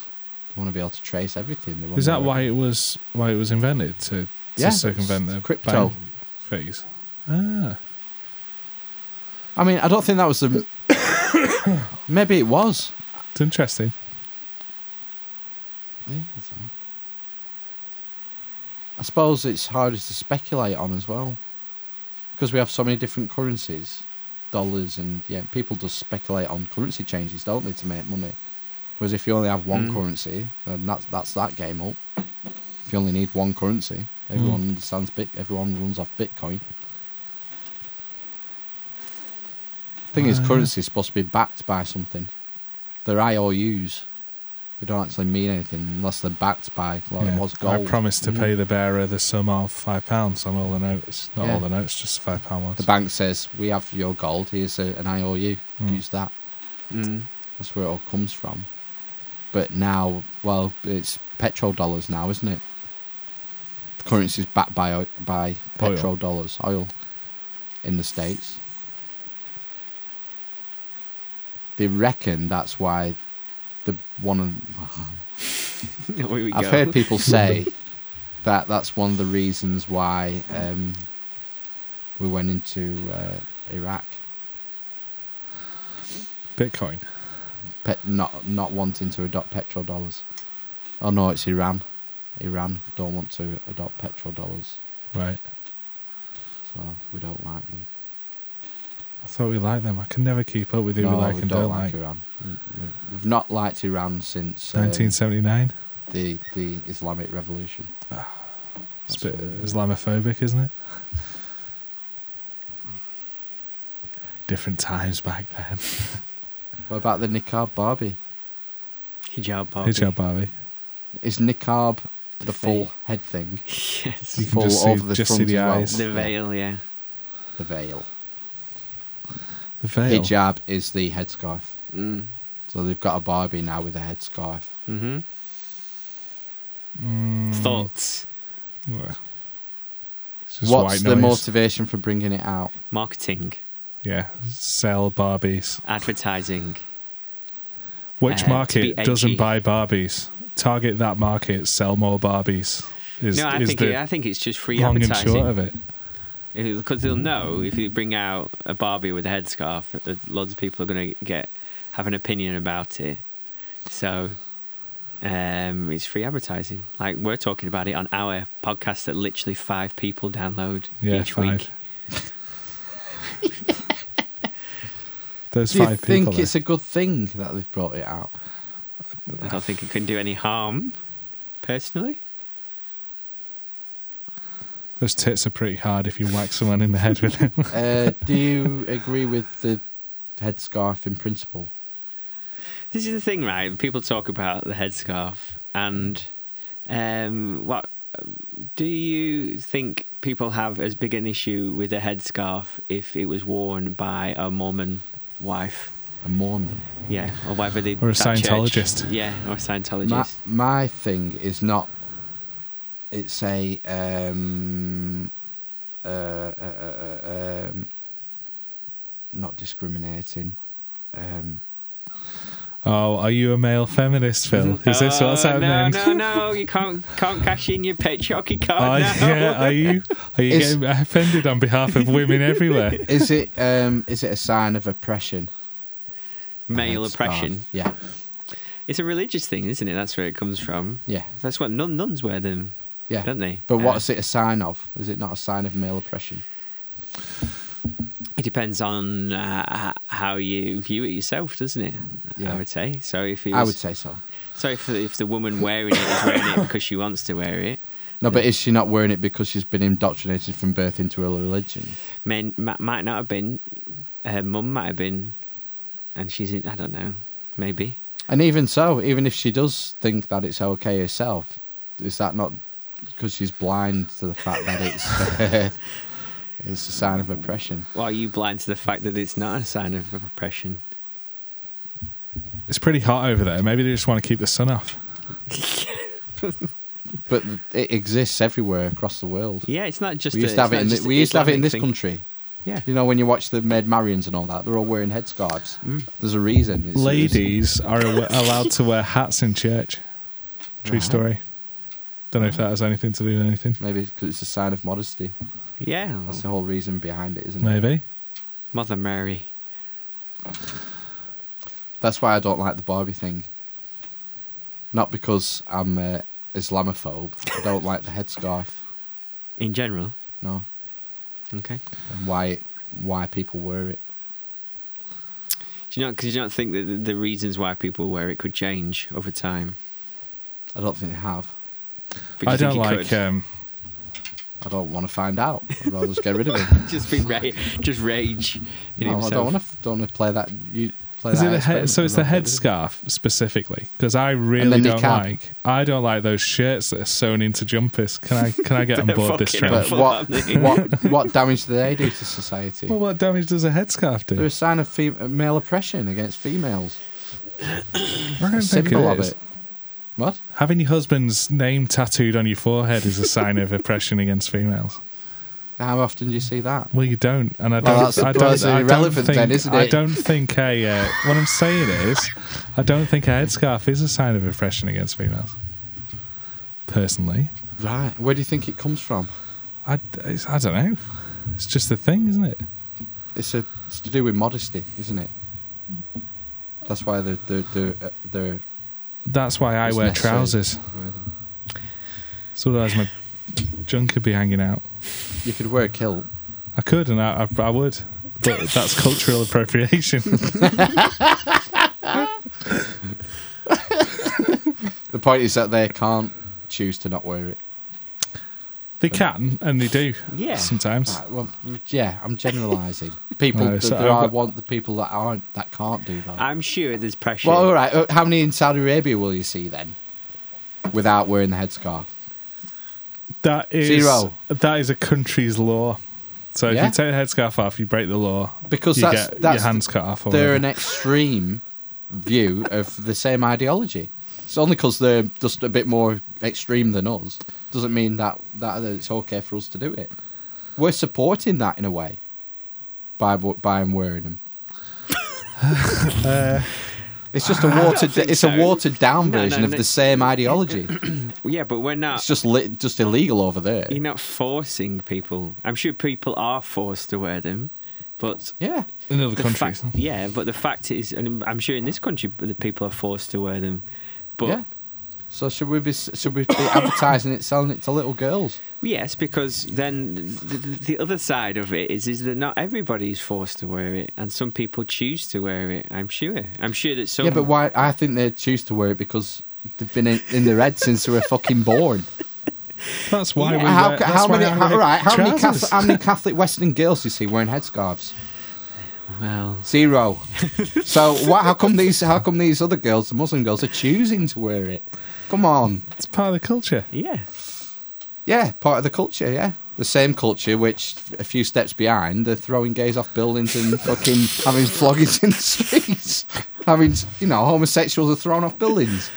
A: They want to be able to trace everything. They want
B: Is
A: to
B: that
A: know-
B: why it was why it was invented to, to
A: Yeah,
B: circumvent the
A: crypto.
B: bank fees? Ah,
A: I mean, I don't think that was the. Maybe it was.
B: it's interesting.
A: Yeah, that's all right. I suppose it's harder to speculate on as well, because we have so many different currencies, dollars, and yeah, people just speculate on currency changes, don't they, to make money? Whereas if you only have one
D: Mm.
A: currency, then that's that's that game up. If you only need one currency, everyone understands bit. Everyone runs off Bitcoin. Thing is,
B: Ah.
A: currency is supposed to be backed by something. They're IOUs. They don't actually mean anything unless they're backed by like
B: Yeah,
A: it was
B: I
A: gold. Mm.
B: promised to pay the bearer the sum of five pounds on all the notes. Not
A: Yeah.
B: all the notes, just five pound ones.
A: The bank says we have your gold. Here's a, an IOU.
B: Mm.
A: Use that.
D: Mm.
A: That's where it all comes from. But now, well, it's petrol dollars now, isn't it? The currency is backed by o- by
B: Oil.
A: petrol dollars, oil, in the states. They reckon that's why the one of
D: Here we
A: I've
D: go.
A: heard people say that that's one of the reasons why um, we went into uh, Iraq,
B: Bitcoin.
A: Pet not not wanting to adopt petrol dollars. Oh no, it's Iran. Iran don't want to adopt petrol dollars,
B: Right.
A: so we don't like them.
B: I thought we liked them. I can never keep up with who
A: no,
B: we like
A: we
B: and
A: don't
B: don't
A: like
B: like.
A: Iran. We- we- We've not liked Iran since um,
B: 1979.
A: the the Islamic Revolution.
B: It's a
A: That's
B: bit
A: what-
B: Islamophobic, isn't it? Different times back then.
A: What about the niqab, Barbie?
D: Hijab Barbie.
B: Hijab Barbie.
A: Is niqab the
D: Thing.
A: full head thing?
D: Yes.
B: You can
A: Full
B: just see,
A: over the
B: just see
A: front
B: the
A: as well.
B: eyes.
D: The veil, yeah.
A: the veil.
B: The veil.
A: Hijab is the headscarf.
D: Mm.
A: So they've got a Barbie now with a headscarf.
D: hmm
B: Mm,
D: Thoughts?
B: well, it's just
A: What's
B: white
A: the
B: noise.
A: motivation for bringing it out?
D: Marketing?
B: Yeah, sell Barbies.
D: Advertising?
B: Which
D: Uh, to be
B: market
D: edgy.
B: doesn't buy Barbies? Target that market. Sell more Barbies. Is,
D: no, I
B: is
D: think
B: the
D: it, I think it's just free
B: long and
D: advertising.
B: short of it.
D: because they'll know if you bring out a Barbie with a headscarf, that- that loads of people are going to get have an opinion about it. So um, it's free advertising. Like we're talking about it on our podcast that literally five people download
B: Yeah,
D: each
B: five.
D: week.
B: There's
A: Do you
B: five
A: think
B: people.
A: it's a good thing that they've brought it out?
D: I don't think it can do any harm, personally.
B: there. Those tits are pretty hard if you whack someone in the head with it.
A: Uh, do you agree with the headscarf in principle?
D: This is the thing, right? People talk about the headscarf, and um, what do you think people have as big an issue with a headscarf if it was worn by a Mormon wife?
A: A Mormon.
D: Yeah, or whether they
B: Or a
D: that church-
B: Scientologist.
D: Yeah, or a Scientologist.
A: My, my thing is not. It's a um, uh, uh, uh, uh, um, not discriminating. Um,
B: Oh, are you a male feminist, Phil? Is this what's
D: Oh,
B: happening?
D: No, no, no! You can't can't cash in your patriarchy card
B: Are,
D: now.
B: Oh, yeah, are you are you
A: Is-
B: getting offended on behalf of women everywhere?
A: is it um, is it a sign of oppression? A
D: Male
A: headscarf?
D: oppression.
A: Yeah,
D: It's a religious thing, isn't it? That's where it comes from.
A: yeah,
D: That's what nun, nuns wear them,
A: yeah.
D: don't they?
A: But
D: Uh,
A: what's it a sign of? Is it not a sign of male oppression?
D: It depends on uh, h- how you view it yourself, doesn't it?
A: Yeah.
D: I would say. So if it was,
A: I would say so.
D: So if, if the woman wearing it is wearing it because she wants to wear it,
A: No, but is she not wearing it because she's been indoctrinated from birth into a religion?
D: men ma- might not have been. Her mum might have been, and she's in. I don't know. Maybe.
A: And even so, even if she does think that it's okay herself, is that not because she's blind to the fact that it's it's a sign of oppression?
D: Well, are you blind to the fact that it's not a sign of oppression?
B: It's pretty hot over there. Maybe they just want to keep the sun off.
A: But it exists everywhere across the world.
D: Yeah, it's not just.
A: we used
D: a,
A: to have
D: it's
A: it. In
D: not
A: the,
D: just
A: we used to have it in
D: Islamic
A: this
D: thing.
A: country.
D: Yeah.
A: You know, when you watch the Maid Marians and all that, they're all wearing headscarves. There's a reason. It's- it's-
B: Mm. Ladies are aw- allowed to wear hats in church. True
A: Right.
B: story. Don't know if that has anything to do with anything.
A: Maybe it's 'cause it's a sign of modesty.
D: Yeah.
A: That's the whole reason behind it, isn't it?
B: Maybe.
D: Mother Mary.
A: That's why I don't like the Barbie thing. Not because I'm uh, Islamophobe. I don't like the headscarf.
D: In general.
A: No,
D: Okay.
A: and why it, why people wear it?
D: Do you not? Because you don't think that the, the reasons why people wear it could change over time.
A: I don't think they have.
D: But
B: I
D: do you
B: don't
D: think it
B: like.
D: could?
B: Um,
A: I don't want to find out. I'd rather just get rid of it.
B: uh,
D: just be ra- just rage. In
A: No, Oh, I
D: himself.
A: don't want to. Don't want to play that. You play
B: is
A: that.
B: it a head,
A: experiment
B: so it's the
A: and not get rid of
B: headscarf specifically because I really
A: then the
B: don't
A: cap.
B: like. I don't like those shirts that are sewn into jumpers. Can I? Can I get on
D: They're
B: board this
D: fucking
B: trend?
A: it.
D: awful.
A: But what,
D: Fuck.
A: what what damage do they do to society?
B: Well, what damage does a headscarf do?
A: They're a sign of fem- uh, male oppression against females.
B: I
A: A
B: don't think
A: symbol of
B: is.
A: it. What?
B: Having your husband's name tattooed on your forehead is a sign of oppression against females.
A: How often do you see that?
B: Well, you don't, and I
A: Well,
B: don't.
A: that's-
B: I don't,
A: well, that's
B: I don't
A: irrelevant
B: think,
A: then, isn't
B: I
A: it?
B: don't think a. Uh, what I'm saying is, I don't think a headscarf is a sign of oppression against females. Personally,
A: Right. Where do you think it comes from?
B: I, it's, I don't know. It's just a thing, isn't it?
A: It's a it's to do with modesty, isn't it? That's why they're they're they're, uh, they're
B: That's why I
A: It's
B: wear
A: necessary.
B: trousers.
A: where they-
B: So otherwise my junk could be hanging out.
A: You could wear a kilt.
B: I could, and I, I, I would, but that's cultural appropriation.
A: The point is that they can't choose to not wear it.
B: they can, and they do.
D: Yeah.
B: Sometimes.
A: Right, well, mm, yeah, I'm generalising. People,
B: No,
A: th-
B: so
A: there
B: I've
A: are
B: got-
A: want the people that aren't that can't do that.
D: I'm sure there's pressure.
A: well, all right. uh, How many in Saudi Arabia will you see then, without wearing the headscarf?
B: That is
A: Zero.
B: That is a country's law. So if
A: Yeah.
B: you take the headscarf off, you break the law
A: Because
B: you
A: that's-
B: get
A: that's
B: your hands cut off. Or
A: they're an
B: whatever.
A: extreme view of the same ideology. It's only because they're just a bit more extreme than us doesn't mean that, that it's okay for us to do it. We're supporting that in a way by bu- by him wearing them. it's just a watered
D: think
A: it's
D: so.
A: a watered down
D: No, no,
A: version
D: no.
A: of the same ideology.
D: Well, yeah, but we're not.
A: it's just li- just illegal over there.
D: You're not forcing people. I'm sure people are forced to wear them, but
A: yeah,
B: in other
D: the
B: countries.
D: fact- yeah, but the fact is, and I'm sure in this country, the people are forced to wear them. But
A: yeah. So should we be s- should we be advertising it, selling it to little girls?
D: yes, because then the, the other side of it is, is that not everybody's forced to wear it, and some people choose to wear it. I'm sure. I'm sure that some.
A: Yeah, but why? I think they choose to wear it because they've been in, in the red since they were fucking born.
B: That's why we.
A: how
B: wear,
A: ca-
B: that's
A: how
B: why
A: many?
B: I
A: How,
B: wear
A: right, how many, Catholic,
B: trousers.
A: how many Catholic Western girls do you see wearing headscarves?
D: Well,
A: Zero. so why, how come these? How come these other girls, the Muslim girls, are choosing to wear it? Come on,
B: It's part of the culture.
D: yeah.
A: yeah, part of the culture, yeah. The same culture which a few steps behind they're throwing gays off buildings and fucking having floggings in the streets. having you know, homosexuals are thrown off buildings.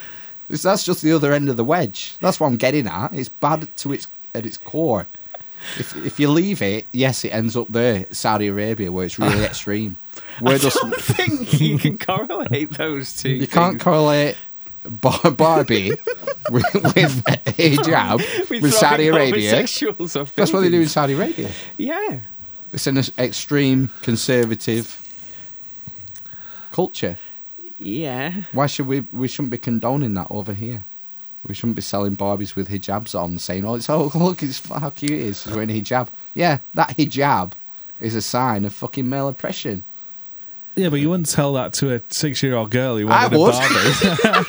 A: It's, that's just the other end of the wedge. That's what I'm getting at. It's bad to its at its core. If if you leave it, yes, it ends up there, Saudi Arabia, where it's really extreme. We're just
D: I don't think you can correlate those two.
A: you can't
D: things.
A: correlate Bar- Barbie with, with hijab with, Saudi
D: throwing
A: Arabia.
D: homosexuals off
A: That's what they do in
D: buildings.
A: Saudi Arabia.
D: Yeah.
A: It's an extreme conservative culture.
D: Yeah.
A: Why should we? We shouldn't be condoning that over here. We shouldn't be selling Barbies with hijabs on, saying, "Oh, it's oh look, it's how cute it is. She's wearing a hijab." Yeah, that hijab is a sign of fucking male oppression.
B: Yeah, but you wouldn't tell that to a six-year-old girl who wanted
A: would.
B: a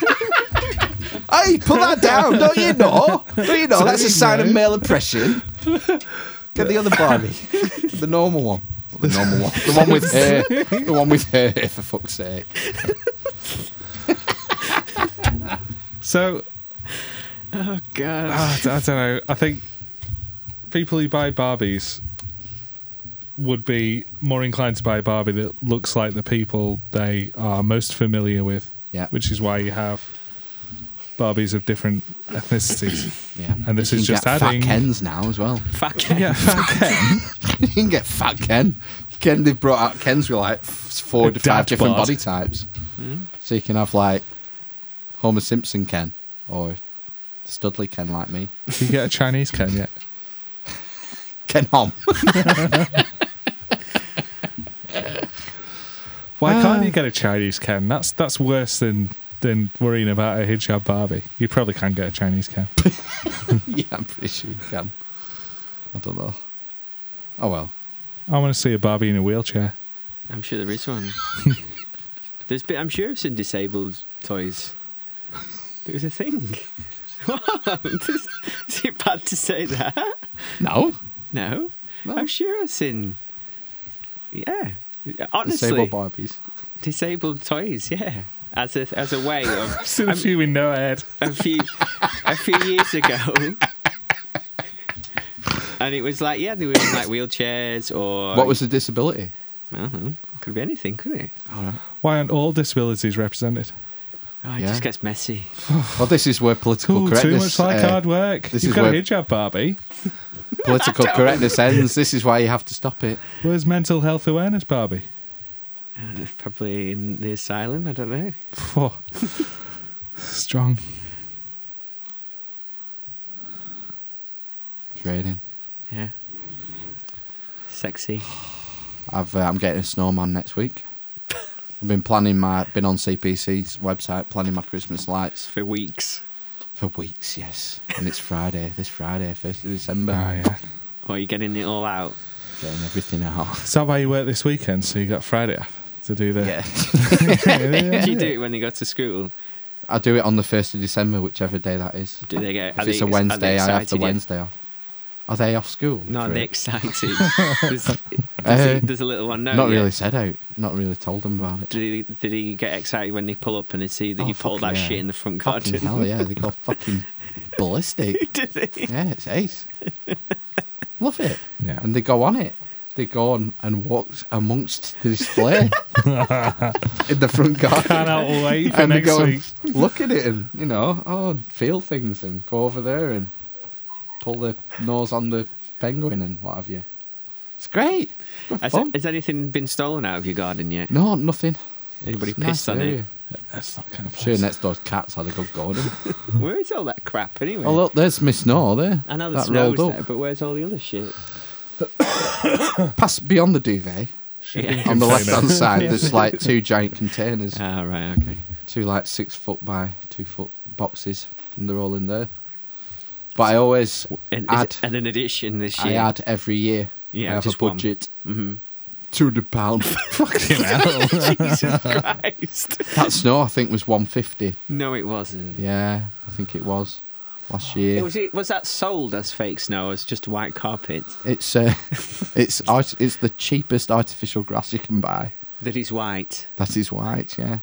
B: Barbie.
A: Hey, put that down! Don't you know? Don't you know? That's a sign of male oppression. Get the other Barbie, the normal one, the normal one, the one with hair, the one with hair. For fuck's sake.
B: so
D: Oh god.
B: Ah, I don't know. I think people who buy Barbies would be more inclined to buy a Barbie that looks like the people they are most familiar with.
A: Yeah.
B: Which is why you have Barbies of different ethnicities.
A: Yeah.
B: And this
A: You
B: is
A: can
B: just
A: get
B: adding-
A: Fat Ken's now as well.
D: Fuck.
B: yeah,
A: you can get Fat Ken. Ken, they've brought out Ken's with like f- four to five
B: dad
A: different
B: bod.
A: body types. So you can have like Homer Simpson Ken or Studley Ken like me.
B: you get a Chinese Ken yet?
A: Ken Hom.
B: Why
A: Ah.
B: can't you get a Chinese Ken? That's that's worse than than worrying about a hijab Barbie. You probably can get a Chinese Ken.
A: yeah, I'm pretty sure you can. I don't know. Oh well.
B: I want to see a Barbie in a wheelchair.
D: I'm sure there is one. There's been, I'm sure I've seen disabled toys. It was a thing. is, is it bad to say that?
A: No.
D: No.
A: No.
D: I'm sure I've seen. Yeah. Honestly,
A: Disabled
D: disabled,
A: Barbies.
D: toys. Yeah. As a as a way
B: I've
D: of
B: seen a
D: I'm-
B: few in no head.
D: a few a few years ago. And it was like, yeah, they were in like wheelchairs or
A: What was the disability?
D: I don't know. Could be anything, could it?
B: Why aren't all disabilities represented?
D: Oh, it
A: Yeah.
D: just gets messy.
A: Well, this is where political
B: Ooh, too
A: correctness
B: much like
A: uh,
B: hard work.
A: this
B: You've
A: is
B: got
A: where-
B: a hijab, Barbie.
A: political correctness ends. This is why you have to stop it.
B: Where's mental health awareness, Barbie?
D: Probably in the asylum. I don't know.
B: Phew. Strong.
A: Training.
D: Yeah. Sexy.
A: I've, uh, I'm getting a snowman next week. I've been planning my, been on CPC's website planning my Christmas lights
D: For weeks.
A: for weeks. Yes, and it's Friday, this Friday, first of December.
B: Oh yeah.
D: Or you getting it all out.
A: Getting everything out.
B: Is that why you work this weekend? So you got Friday off to do the.
A: Yeah,
D: Do you do it when they go to school?
A: I do it on the first of December, whichever day that is.
D: Do they get?
A: If
D: are
A: it's
D: they-
A: a
D: are they
A: Wednesday, I have the
D: excited yet?
A: Wednesday off. Are they off school?
D: No,
A: for
D: they're
A: it?
D: excited. Does- does he-
A: Uh,
D: does a little one know?
A: Not
D: yet?
A: really said out. Not really told them about it.
D: Did he, did he get excited when they pull up and they see that
A: Oh,
D: you pulled
A: fucking
D: that
A: yeah.
D: shit in the front
A: Fucking
D: garden?
A: hell, yeah, they go fucking ballistic.
D: did he?
A: Yeah, it's ace. Love it.
B: Yeah.
A: And they go on it. they go on and walks amongst the display in the front garden.
B: Cannot wait for
A: And they
B: next
A: go
B: week.
A: and look at it and, you know, oh, feel things and go over there and pull the nose on the penguin and what have you. It's great. Good
D: Has,
A: fun.
D: has anything been stolen out of your garden yet?
A: no, nothing.
D: Anybody
A: It's a nice
D: pissed on it?
A: area.
B: That's not kind of
A: I'm sure next door's cats had a good go at 'em.
D: Where is all that crap anyway?
A: Oh, look, there's Miss Snow there.
D: I know the
A: that
D: snow's
A: rolled up.
D: there, but where's all the other shit?
A: Pass beyond the duvet.
D: Yeah.
A: On the left hand
B: Container.
A: side, there's like two giant containers,
D: Ah, right, okay.
A: two like six foot by two foot boxes, and they're all in there. But I always
D: And, is
A: add,
D: it- and an addition this
A: I
D: year.
A: add every year.
D: Yeah,
A: I have
D: just
A: a budget,
D: hmm
A: two hundred pound.
B: Fucking hell.
D: Jesus Christ.
A: that snow, I think, was one fifty.
D: No, it wasn't.
A: Yeah, I think it was last year.
D: It was, it, was that sold as fake snow or as just white carpet?
A: it's uh, it's art- it's the cheapest artificial grass you can buy.
D: That is white.
A: That is white, yeah.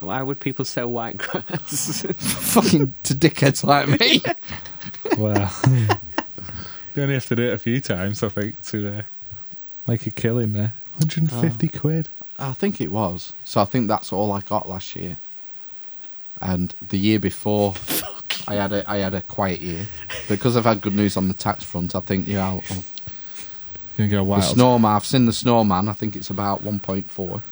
D: Why would people sell white grass?
A: Fucking to dickheads like me.
B: Well, you only have to do it a few times, I think, to uh, make a killing there. 150 quid.
A: I think it was. So I think that's all I got last year. And the year before, I had a I had a quiet year because I've had good news on the tax front. I think yeah, I'll, I'll,
B: Gonna go
A: the
B: wild.
A: snowman. I've seen the snowman. I think it's about one point four,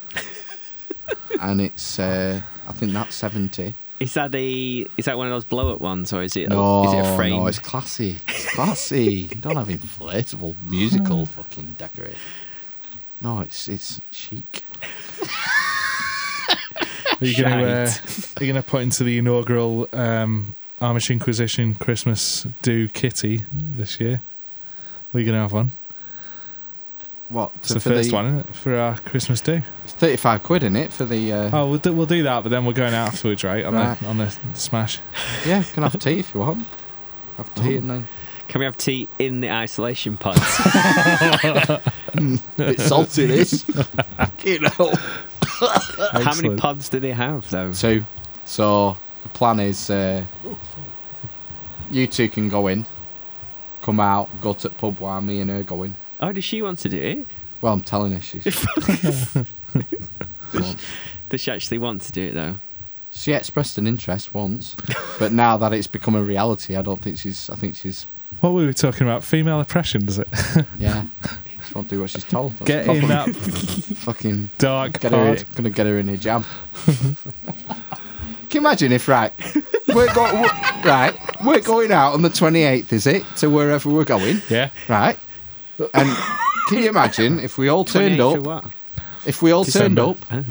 A: and it's uh, I think that's seventy.
D: is that the is that one of those blow up ones or is it
A: No,
D: a, is it a frame?
A: no, it's classy. It's classy. Don't have inflatable musical
D: Hmm.
A: fucking decorate. No, it's it's chic.
B: Are you going to uh,
D: Shite.
B: are you going to put into the inaugural um, Amish Inquisition Christmas do kitty this year? We're going to have one.
A: What?
B: It's the first
A: the,
B: one isn't it? for our Christmas do.
A: It's thirty-five quid in it for the. Uh,
B: Oh, we'll do, we'll do that, but then we're going out afterwards, right? On
A: Right.
B: the on the smash.
A: Yeah, you can have tea if you want. Have tea
B: Oh.
A: and then
D: Can we have tea in the isolation pods?
A: bit salty this. you know.
D: Uh, How many
B: Excellent.
D: pods do they have though?
A: Two. So the plan is uh, you two can go in, come out, go to the pub while me and her go in.
D: Oh, does she want to do it?
A: Well, I'm telling her she's. She won't.
D: Does she actually want to do it though?
A: She expressed an interest once, but now that it's become a reality, I don't think she's. I think she's.
B: What were we talking about? Female oppression, does it?
A: Yeah, she won't do what she's told. That's
B: Get
A: the
B: in
A: problem.
B: that
A: Fucking
B: dark
A: Get her
B: pod.
A: in, gonna get her in a jam. Can you imagine if right, we're go, we right, we're going out on the twenty eighth, is it? To wherever we're going,
B: Yeah.
A: right? And can you imagine if we all turned
D: 28 for
A: up,
D: what?
A: if we all
B: December.
A: turned up,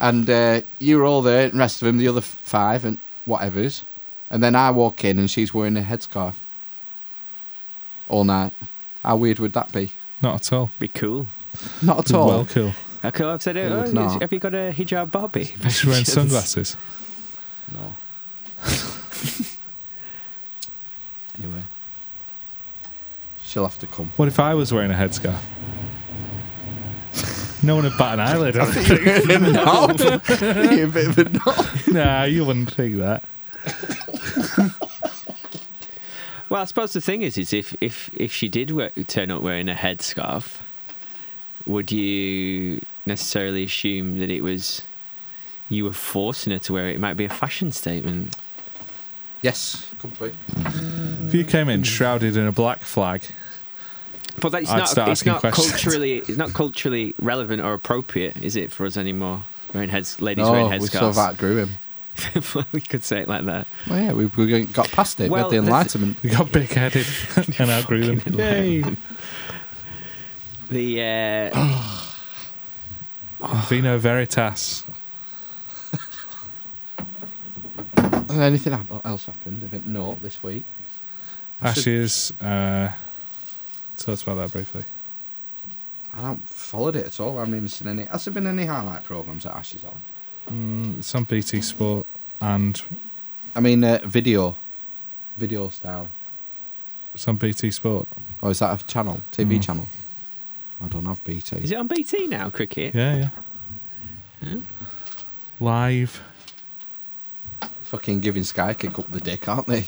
A: and uh, you were all there, and the rest of them, the other f- five and whatever's, and then I walk in and she's wearing a headscarf all night. How weird would that be?
B: Not at all.
D: Be cool.
A: Not at all.
B: Well, cool.
D: How cool I've said it.
A: It
D: Oh,
A: would
D: is-
A: not.
D: have you got a hijab, Bobby?
B: She's wearing sunglasses.
A: No. anyway. She'll have to come.
B: What if I was wearing a headscarf? No one would bat an eyelid. on it.
A: a bit of a knob.
B: nah, you wouldn't think that.
D: Well, I suppose the thing is, is if if if she did wear, turn up wearing a headscarf, would you necessarily assume that it was you were forcing her to wear it? It might be a fashion statement.
A: Yes, complete.
B: If you came in shrouded in a black flag,
D: But that's
B: I'd
D: not
B: start
D: it's
B: asking
D: not
B: questions.
D: culturally it's not culturally relevant or appropriate, is it, for us anymore? Wearing heads, ladies
A: No,
D: wearing
A: Oh, we sort of
D: headscarves.
A: outgrew him.
D: we could say it like that.
A: Well, yeah, we, we got past it
D: Well,
A: with the
D: the-
A: Enlightenment.
B: we got big headed and outgrew them. Yay!
D: The uh,
A: Oh.
B: Vino Veritas.
A: And anything hap- else happened? If it not this week. I should-
B: Ashes. is. Uh, tell us about that briefly.
A: I don't followed it at all. I haven't even seen any. Has there been any highlight programs that Ash is on?
B: Mm, some BT Sport and
A: I mean, uh, video, video style.
B: some BT Sport.
A: Oh, is that a channel? TV
B: Mm.
A: channel? I don't have BT.
D: Hmm. is it on BT now? Cricket.
B: Yeah, yeah. Live.
A: fucking giving Sky kick up the dick, aren't they?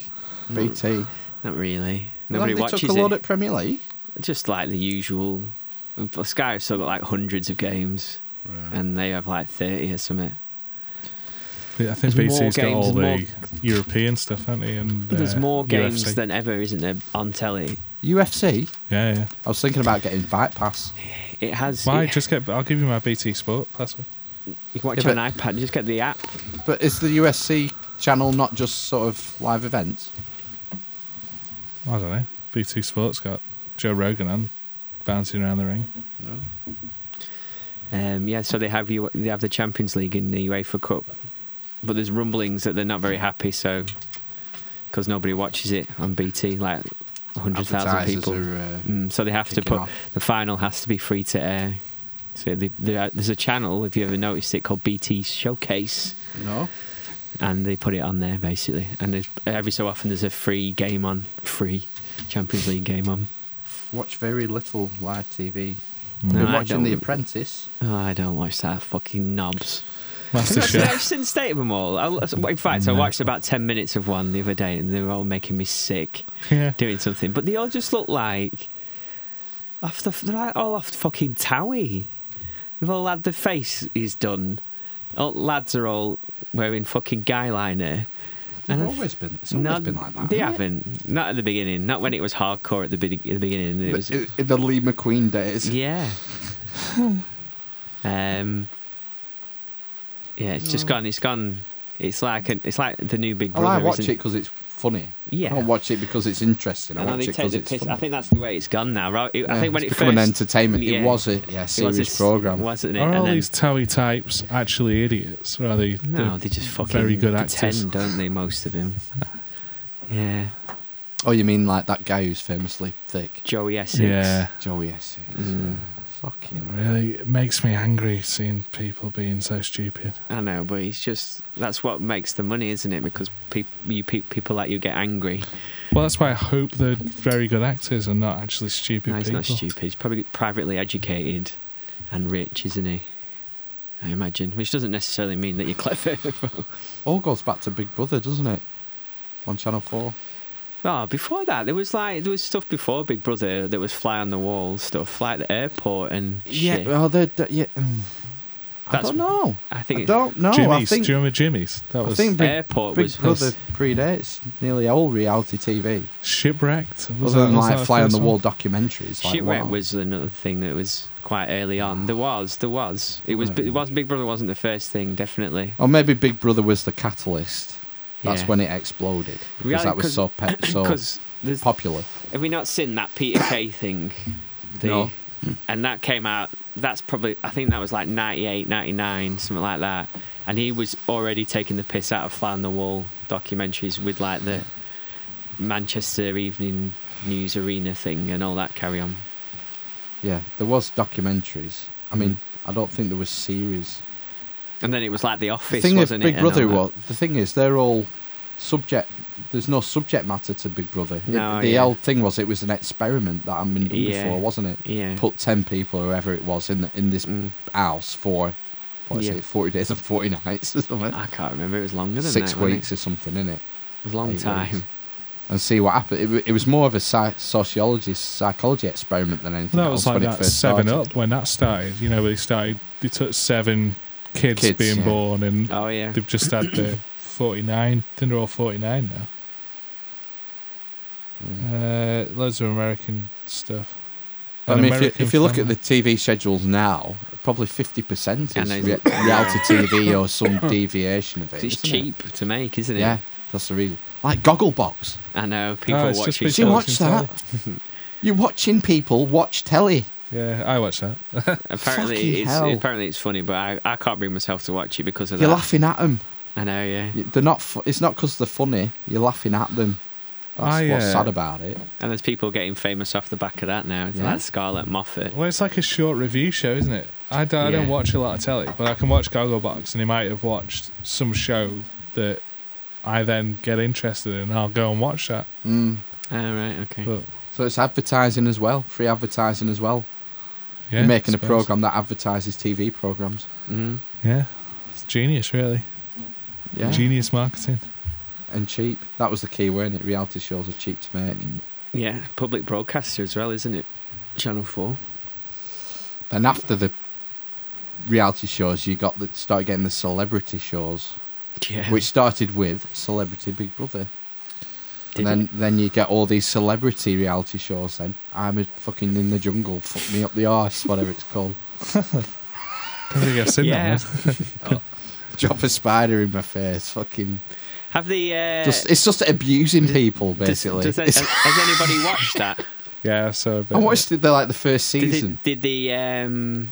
A: BT.
D: Not really.
A: Well,
D: Nobody
A: they
D: watches
A: took a load
D: it.
A: at Premier League.
D: Just like the usual Sky have still got like hundreds of games, and they have like thirty or something.
B: I think
D: There's more
B: BT's got
D: games,
B: all the
D: more-
B: European stuff, haven't he? And
D: There's
B: uh,
D: more games
B: UFC.
D: than ever, isn't there, on telly?
A: UFC.
B: Yeah, yeah.
A: I was thinking about getting Fight Pass.
D: It has.
B: Why?
D: it-
B: Just get. I'll give you my BT Sport password.
D: you can watch
A: Yeah,
D: it on iPad. You just get the app.
A: But is the USC channel not just sort of live events?
B: I don't know. BT Sport's got Joe Rogan on bouncing around the ring.
D: Um, yeah, so they have you. They have the Champions League in the UEFA Cup, but there's rumblings that they're not very happy. So, because nobody watches it on BT, like hundred thousand
A: Advertisers
D: people.
A: Are, uh,
D: Mm, so they have to
A: kicking
D: put
A: off.
D: the final has to be free to air. So they, they, are- there's a channel if you ever noticed it called BT Showcase,
A: No.
D: and they put it on there basically. And there's- every so often there's a free game on, free Champions League game on.
A: Watch very little live TV.
D: No,
A: Been
D: I
A: watching The
D: don't.
A: Apprentice.
D: Oh, I don't watch that fucking knobs.
B: Master
D: That's the
B: Chef.
D: interesting state of them all. I, in fact, I watched about 10 minutes of one the other day and they were all making me sick
B: Yeah.
D: doing something. But they all just look like. Off the, they're like all off fucking Towie. They've all had the face is done. All, lads are all wearing fucking guy liner.
A: It's
D: I-
A: always been. It's always
D: No,
A: been like that.
D: They
A: hasn't it?
D: haven't. Not at the beginning. Not when it was hardcore at the, be- at the beginning. It was,
A: But in- in the Lee McQueen days.
D: yeah.
A: Hmm.
D: um. Yeah, it's just gone. It's gone. It's like an, it's like the new Big
A: Well,
D: Brother.
A: Hmm. I watch it
D: isn't
A: because it's funny.
D: Yeah.
A: I don't watch it because it's interesting. I
D: And then
A: watch
D: they
A: it
D: take
A: because
D: the
A: it's
D: piss.
A: funny.
D: I think that's the way it's gone now. Right? It- I
A: Yeah,
D: think when
A: it's
D: it
A: become
D: first
A: an entertainment.
D: yeah.
A: It was a yeah
D: it was
A: serious
D: s-
A: program.
D: wasn't it?
B: Are all
D: and then,
B: these Towie types actually idiots? Or are they?
D: no,
B: they're
D: they just fucking
B: very good
D: pretend,
B: actors.
D: don't they? Most of them. Yeah,
A: Oh, you mean like that guy who's famously thick,
D: Joey Essex.
B: Yeah.
A: Joey Essex?
D: Mm.
A: Fucking
B: Really, it makes me angry seeing people being so stupid.
D: I know, but he's just that's what makes the money, isn't it? Because peop you pe- people like you get angry.
B: Well, that's why I hope they're very good actors and not actually stupid
D: No, he's
B: people.
D: not stupid. He's probably privately educated and rich, isn't he? I imagine, which doesn't necessarily mean that you're clever.
A: All goes back to Big Brother, doesn't it? On Channel Four.
D: oh, before that, there was like there was stuff before Big Brother that was fly on the wall stuff, like the airport and shit.
A: Yeah. Well, they're, they yeah. mm. I
D: That's-
A: don't know.
D: I
A: I
D: think
A: don't know. I
B: Jimmy's.
A: think
B: Do you remember Jimmy's? That
A: I
B: was
A: think Big,
D: airport
A: Big
D: was
A: Brother predates nearly all reality TV,
B: shipwrecked. Was
A: other
B: that-
A: than
B: was that
A: like
B: the
A: fly on
B: first
A: the
B: one?
A: wall documentaries. Like,
D: Shipwreck
A: wow.
D: was another thing that was quite early on. There was, there was. It was,
A: Right.
D: it was Big Brother wasn't the first thing, definitely.
A: Or maybe Big Brother was the catalyst. That's
D: Yeah.
A: when it exploded because
D: Reality-
A: that was
D: 'cause-
A: so pe- Oh, so
D: Because there's
A: popular.
D: Have we not seen that Peter Kay thing?
A: No.
D: And that came out, that's probably, I think that was like 98, 99, something like that. And he was already taking the piss out of Fly on the Wall documentaries with like the Manchester Evening News Arena thing and all that carry on.
A: Yeah, there was documentaries. I
D: Mm.
A: mean, I don't think there was series.
D: And then it was like The
A: The
D: Office,
A: thing is,
D: wasn't
A: Big
D: it? and all
A: Brother.
D: that.
A: What the thing is, they're all subject. There's no subject matter to Big Brother. It-
D: No,
A: the
D: yeah.
A: old thing was it was an experiment that hadn't been done
D: Yeah.
A: before, wasn't it?
D: Yeah.
A: Put ten people, or whoever it was, in the, in this
D: Mm.
A: house for what is
D: Yeah.
A: it, forty days and forty nights or something,
D: I can't remember. It was longer than
A: six
D: that, wasn't
A: weeks or something, in it.
D: It It was a long
A: Eight
D: time.
A: weeks. and see what happened. It, wa- it was more of a sci- sociology, psychology experiment than anything
B: Well, that
A: else.
B: was like
A: when
B: that
A: it first
B: Seven
A: started.
B: Up when that started. You know, where they started, they took seven kids,
A: Kids,
B: being
A: yeah.
B: born, and
D: Oh, yeah.
B: they've just had the forty-nine. I think they're all forty-nine now. Uh, loads of American stuff.
A: Mm. I
B: An
A: mean, if you,
B: American
A: if you look at
B: family.
A: the TV schedules now, probably fifty percent
D: I
A: is
D: know,
A: rea-
D: isn't
A: reality TV or some deviation of it.
D: It's
A: isn't it?
D: cheap to make, isn't it?
A: Yeah, that's the reason. Like Gogglebox,
D: I know. People
B: it's just
D: watch
B: been
A: do you
D: it.
B: Television
A: watch that? You're watching people watch telly.
B: yeah, I watched that.
A: Fucking
D: Apparently,
A: hell.
D: it's, apparently it's funny, but I, I can't bring myself to watch it because of
A: You're
D: that.
A: laughing at them.
D: I know, yeah.
A: They're not. Fu- it's not because they're funny. You're laughing at them. That's
B: I,
A: what's
B: uh,
A: sad about it.
D: And there's people getting famous off the back of that now. It's
A: Yeah.
D: like Scarlett Moffat.
B: Well, it's like a short review show, isn't it? I don't, I don't
D: Yeah.
B: watch a lot of telly, but I can watch Gogglebox, and he might have watched some show that I then get interested in, and I'll go and watch that.
A: Mm.
D: Oh, right, okay.
B: But
A: So it's advertising as well. Free advertising as well.
B: yeah,
A: You're making
B: I
A: a
B: suppose.
A: program that advertises TV programs.
D: Mhm.
B: Yeah, it's genius, really.
A: Yeah.
B: Genius marketing.
A: and cheap. That was the key, weren't it? Reality shows are cheap to make.
D: Yeah, public broadcaster as well, isn't it? Channel 4.
A: Then after the reality shows, you got the, started getting the celebrity shows,
D: Yeah.
A: which started with Celebrity Big Brother. and
D: Did
A: then, then you get all these celebrity reality shows. Then I'm a fucking in the jungle, fuck me up the arse, whatever it's called.
B: Don't think I've seen
D: Yeah.
B: that.
A: Drop a spider in my face, fucking.
D: Have the uh,
A: Just it's just abusing people
D: does-
A: basically.
D: does-
A: It's-
D: has, has anybody watched that?
B: Yeah, so.
A: I watched it the, like the first
D: Did,
A: season.
D: it, did the um,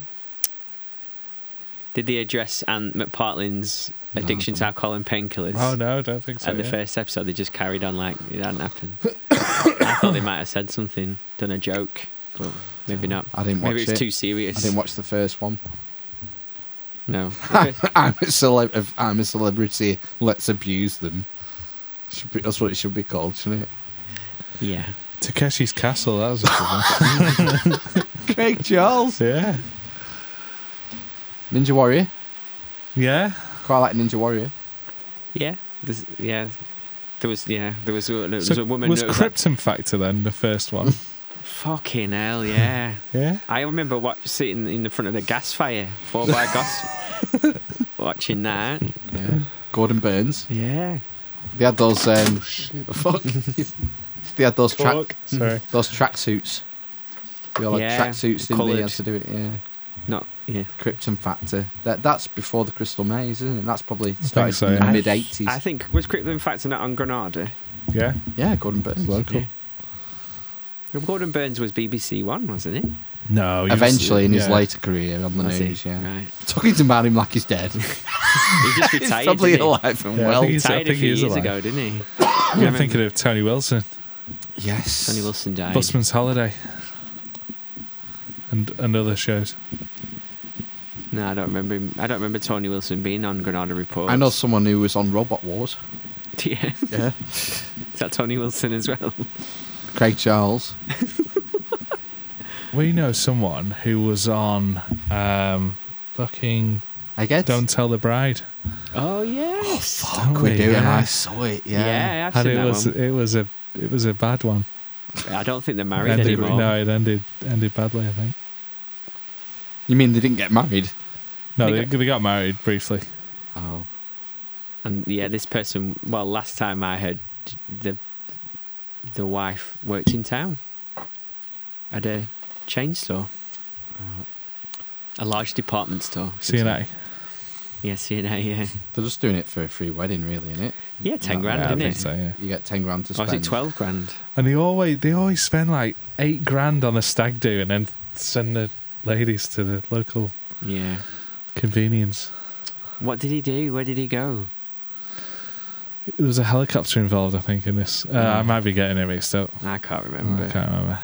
D: did they address Ant McPartlin's
A: No, I
D: addiction to alcohol and painkillers?
B: Oh no, I don't think so.
D: At the
B: yeah.
D: first episode, they just carried on like it hadn't happened. I thought they might have said something, done a joke, but maybe not.
A: Oh, I didn't
D: Maybe
A: watch
D: it's
A: it.
D: too serious.
A: I didn't watch the first one.
D: No. Okay.
A: I'm a celeb. if I'm a celebrity. Let's abuse them. Should be, that's what it should be called, shouldn't it?
D: yeah.
B: Takeshi's Castle. That was a good one.
A: Craig Charles,
B: yeah,
A: Ninja Warrior.
B: yeah.
A: Quite like Ninja Warrior.
D: Yeah. There's, yeah. There was yeah. There was, there was
B: so
D: a woman.
B: was
D: that was like,
B: Krypton Factor then the first one?
D: Fucking hell, yeah.
B: yeah.
D: I remember watch, sitting in the front of the gas fire, four by gas, watching that.
A: Yeah. Gordon Burns.
D: Yeah.
A: They had those.
B: Oh,
A: Um, fuck. they had those track
B: Talk. Sorry.
A: those tracksuits. They all
D: Yeah,
A: had tracksuits in
D: coloured.
A: there to do it. Yeah.
D: Not yeah.
A: Krypton Factor. That that's before the Crystal Maze, isn't it? That's probably started
B: so,
A: in
B: yeah.
A: the mid
D: I
A: eighties.
D: think was Crippling Factor not on Granada?
B: Yeah.
A: Yeah, Gordon Burns.
B: Local.
D: Well, Gordon Burns was BBC One, wasn't it?
B: No. he was-
A: Eventually, in his
B: yeah.
A: later career on the
D: Was he?
A: news, yeah.
D: Right.
A: Talking to about him like he's dead.
D: He just
A: he's
D: retired.
A: probably
D: didn't he?
A: alive and
B: Yeah, I
A: well.
B: think he's-
D: Retired a
B: think
D: few
B: he is
D: years
B: alive.
D: ago, didn't he?
B: I'm thinking of Tony Wilson,
A: yes.
D: Sonny Wilson died.
B: Busman's Holiday, and and other shows.
D: No, I don't remember. Him. I don't remember Tony Wilson being on Granada Report.
A: I know someone who was on Robot Wars.
D: Yeah.
A: Yeah.
D: Is that Tony Wilson as well?
A: Craig Charles.
B: We know someone who was on um, fucking
A: I guess.
B: Don't Tell the Bride.
D: Oh yes.
A: Fuck, we
B: we?
A: do, and
B: Yeah.
A: I saw it. Yeah.
B: and
D: I've seen
B: it
D: that
B: was
D: one.
B: it was a it was a bad one.
D: I don't think they're
B: It
D: married
B: ended,
D: Oh, anymore.
B: no, it ended ended badly. I think.
A: You mean they didn't get married?
B: No,
D: They
B: they, they got married briefly.
A: Oh.
D: And yeah, this person. Well, last time I heard, the the wife worked in town at a chain store,
A: Uh.
D: a large department store.
B: CNA.
D: Yeah, CNA. Yeah,
A: They're just doing it for a free wedding, really, isn't it?
D: yeah, ten
A: Yeah,
D: grand,
B: yeah, I
D: isn't
B: think
D: it?
B: so. Yeah.
A: You get 10 grand to
D: Or
A: spend.
D: Oh, is it twelve grand?
B: And they always they always spend like eight grand on a stag do and then send the ladies to the local
D: Yeah.
B: convenience.
D: What did he do? Where did he go?
B: There was a helicopter involved, I think, in this. Uh, I
D: Mm.
B: might be getting it mixed up.
D: I can't remember.
B: I can't remember.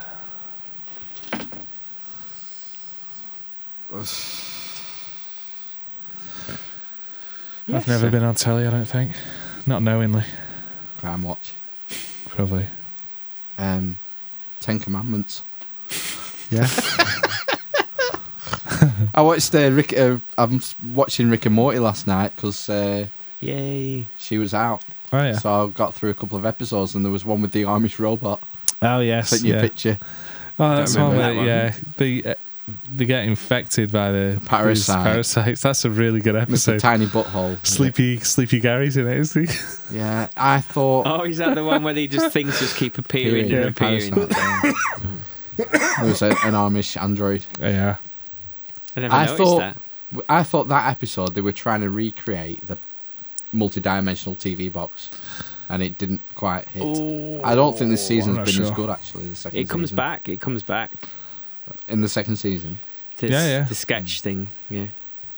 B: I've
D: Yes,
B: never
D: sir.
B: been on telly, I don't think. Not knowingly,
A: Crime Watch.
B: probably.
A: Um, Ten Commandments.
B: Yeah.
A: I watched uh, Rick. Uh, I'm s- watching Rick and Morty last night because uh,
D: Yay!
A: she was out.
B: Oh yeah.
A: So I got through a couple of episodes, and there was one with the Amish robot.
B: oh yes.
A: Sent you a
B: Yeah.
A: picture.
B: Oh, that's one where
D: remember that one.
B: yeah they uh, they get infected by the these
A: Parasite.
B: Parasites. That's a really good
A: It's a
B: episode.
A: tiny butthole.
B: Sleepy Sleepy Gary's in it, isn't he?
A: Yeah, I thought.
D: Oh, is that the one where they just things just keep appearing
A: Period.
D: and
B: Yeah.
D: appearing?
A: Parasite, yeah. There was a- an Amish android.
B: yeah.
D: I never
A: I
D: noticed
A: thought-
D: that.
A: W- I thought that episode they were trying to recreate the multi-dimensional TV box, and it didn't quite hit. I don't think this season's
B: I'm not
A: been as
B: sure.
A: good actually. The second
D: It comes
A: season.
D: back. It comes back.
A: in the second season.
D: The,
B: Yeah, yeah.
D: The sketch thing. Yeah.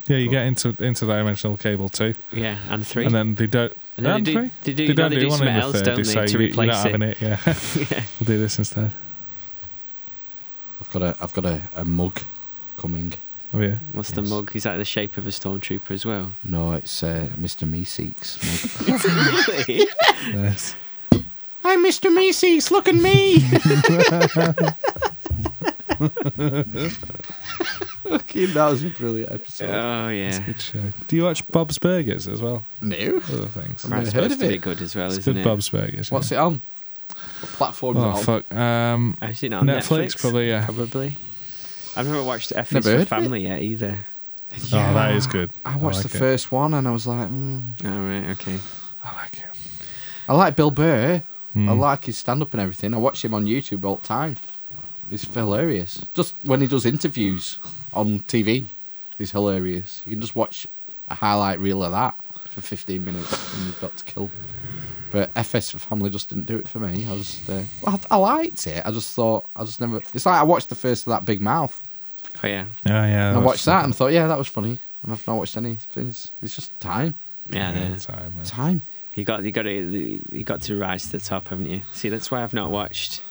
B: Yeah, you get into interdimensional cable too,
D: Yeah, and three.
B: and then they don't.
D: And then
B: and
D: they do-
B: three?
D: they do-
B: they
D: no,
B: don't
D: they
B: do,
D: do
B: one in
D: something
B: the
D: else,
B: third.
D: don't
B: They
D: they,
B: say
D: to
B: you- you're
D: replace
B: not
D: it.
B: having it. Yeah,
D: yeah.
B: we'll do this instead.
A: I've got a I've got a, a mug coming.
B: Oh yeah.
D: What's the
A: Yes.
D: mug? Is that the shape of a stormtrooper as well?
A: No, it's uh, Mr. Meeseeks. mug.
D: Really?
B: Yes.
A: I'm Mr. Meeseeks. Look at me. okay, that was a brilliant episode.
D: oh yeah.
B: Good show. Do you watch Bob's Burgers as well?
A: No.
B: Other things.
A: Right.
D: That's
A: heard
D: supposed
A: of
D: to be
A: it.
D: good as well,
B: It's
D: isn't
B: good
D: it?
B: Bob's Burgers.
A: What's it on? What platform's
B: Oh
A: it on?
B: fuck. Um,
D: I've seen it on
B: Netflix,
D: Netflix.
B: probably. Yeah.
D: Probably. I've never watched F
A: Never
D: is for
A: heard of it.
D: Family yet either.
B: Oh, that is good.
A: I watched
B: I
A: the
B: like it.
A: first one and I was like, mm,
D: Oh, right, okay.
B: I like it.
A: I like Bill Burr. I
B: Mm.
A: like his stand up and everything. I watch him on YouTube all the time. He's hilarious. Just when he does interviews on TV, he's hilarious. You can just watch a highlight reel of that for 15 minutes and you've got to kill. But FS for Family just didn't do it for me. I just, uh, I, I liked it. I just thought, I just never. It's like I watched the first of that Big Mouth.
D: Oh, yeah.
B: Oh,
A: and
B: yeah.
A: I
B: that's
A: watched that and thought, yeah, that was funny. And I've not watched any things. It's just time.
D: Yeah,
B: Yeah,
D: no.
B: time, yeah.
A: Time.
D: You got you got to you got to rise to the top, haven't you? See, that's why I've not watched.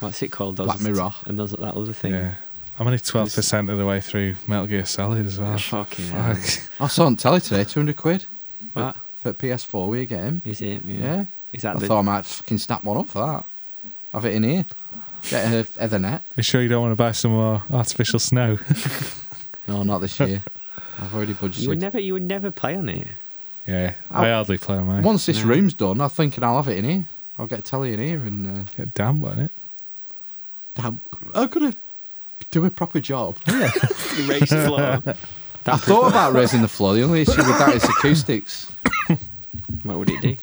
D: What's it called? Those
A: Black Mirror.
D: and those that other thing.
B: Yeah. I'm only 12% of the way through Metal Gear Solid as well.
D: Oh, Fucking hell.
B: Fuck.
A: I saw on telly today, 200 quid
D: What
A: for PS4 we get him.
D: is it?
A: Yeah.
D: Is that
A: I
D: the?
A: thought I might fucking snap one up for that. Have it in here. Get an Ethernet.
B: You sure you don't want to buy some more artificial snow?
A: No, not this year. I've already budgeted.
D: You would never you would never play on it.
B: yeah. I
A: Ow.
B: hardly play on mine.
A: Once this
D: Yeah.
A: room's done, I'm thinking I'll have it in here. I'll get a telly in here and. Uh,
B: Get damp on it.
A: damn, I'm gonna do a proper job.
D: You raised the floor.
A: I thought about raising the floor. The only issue with that is acoustics.
D: What would it do?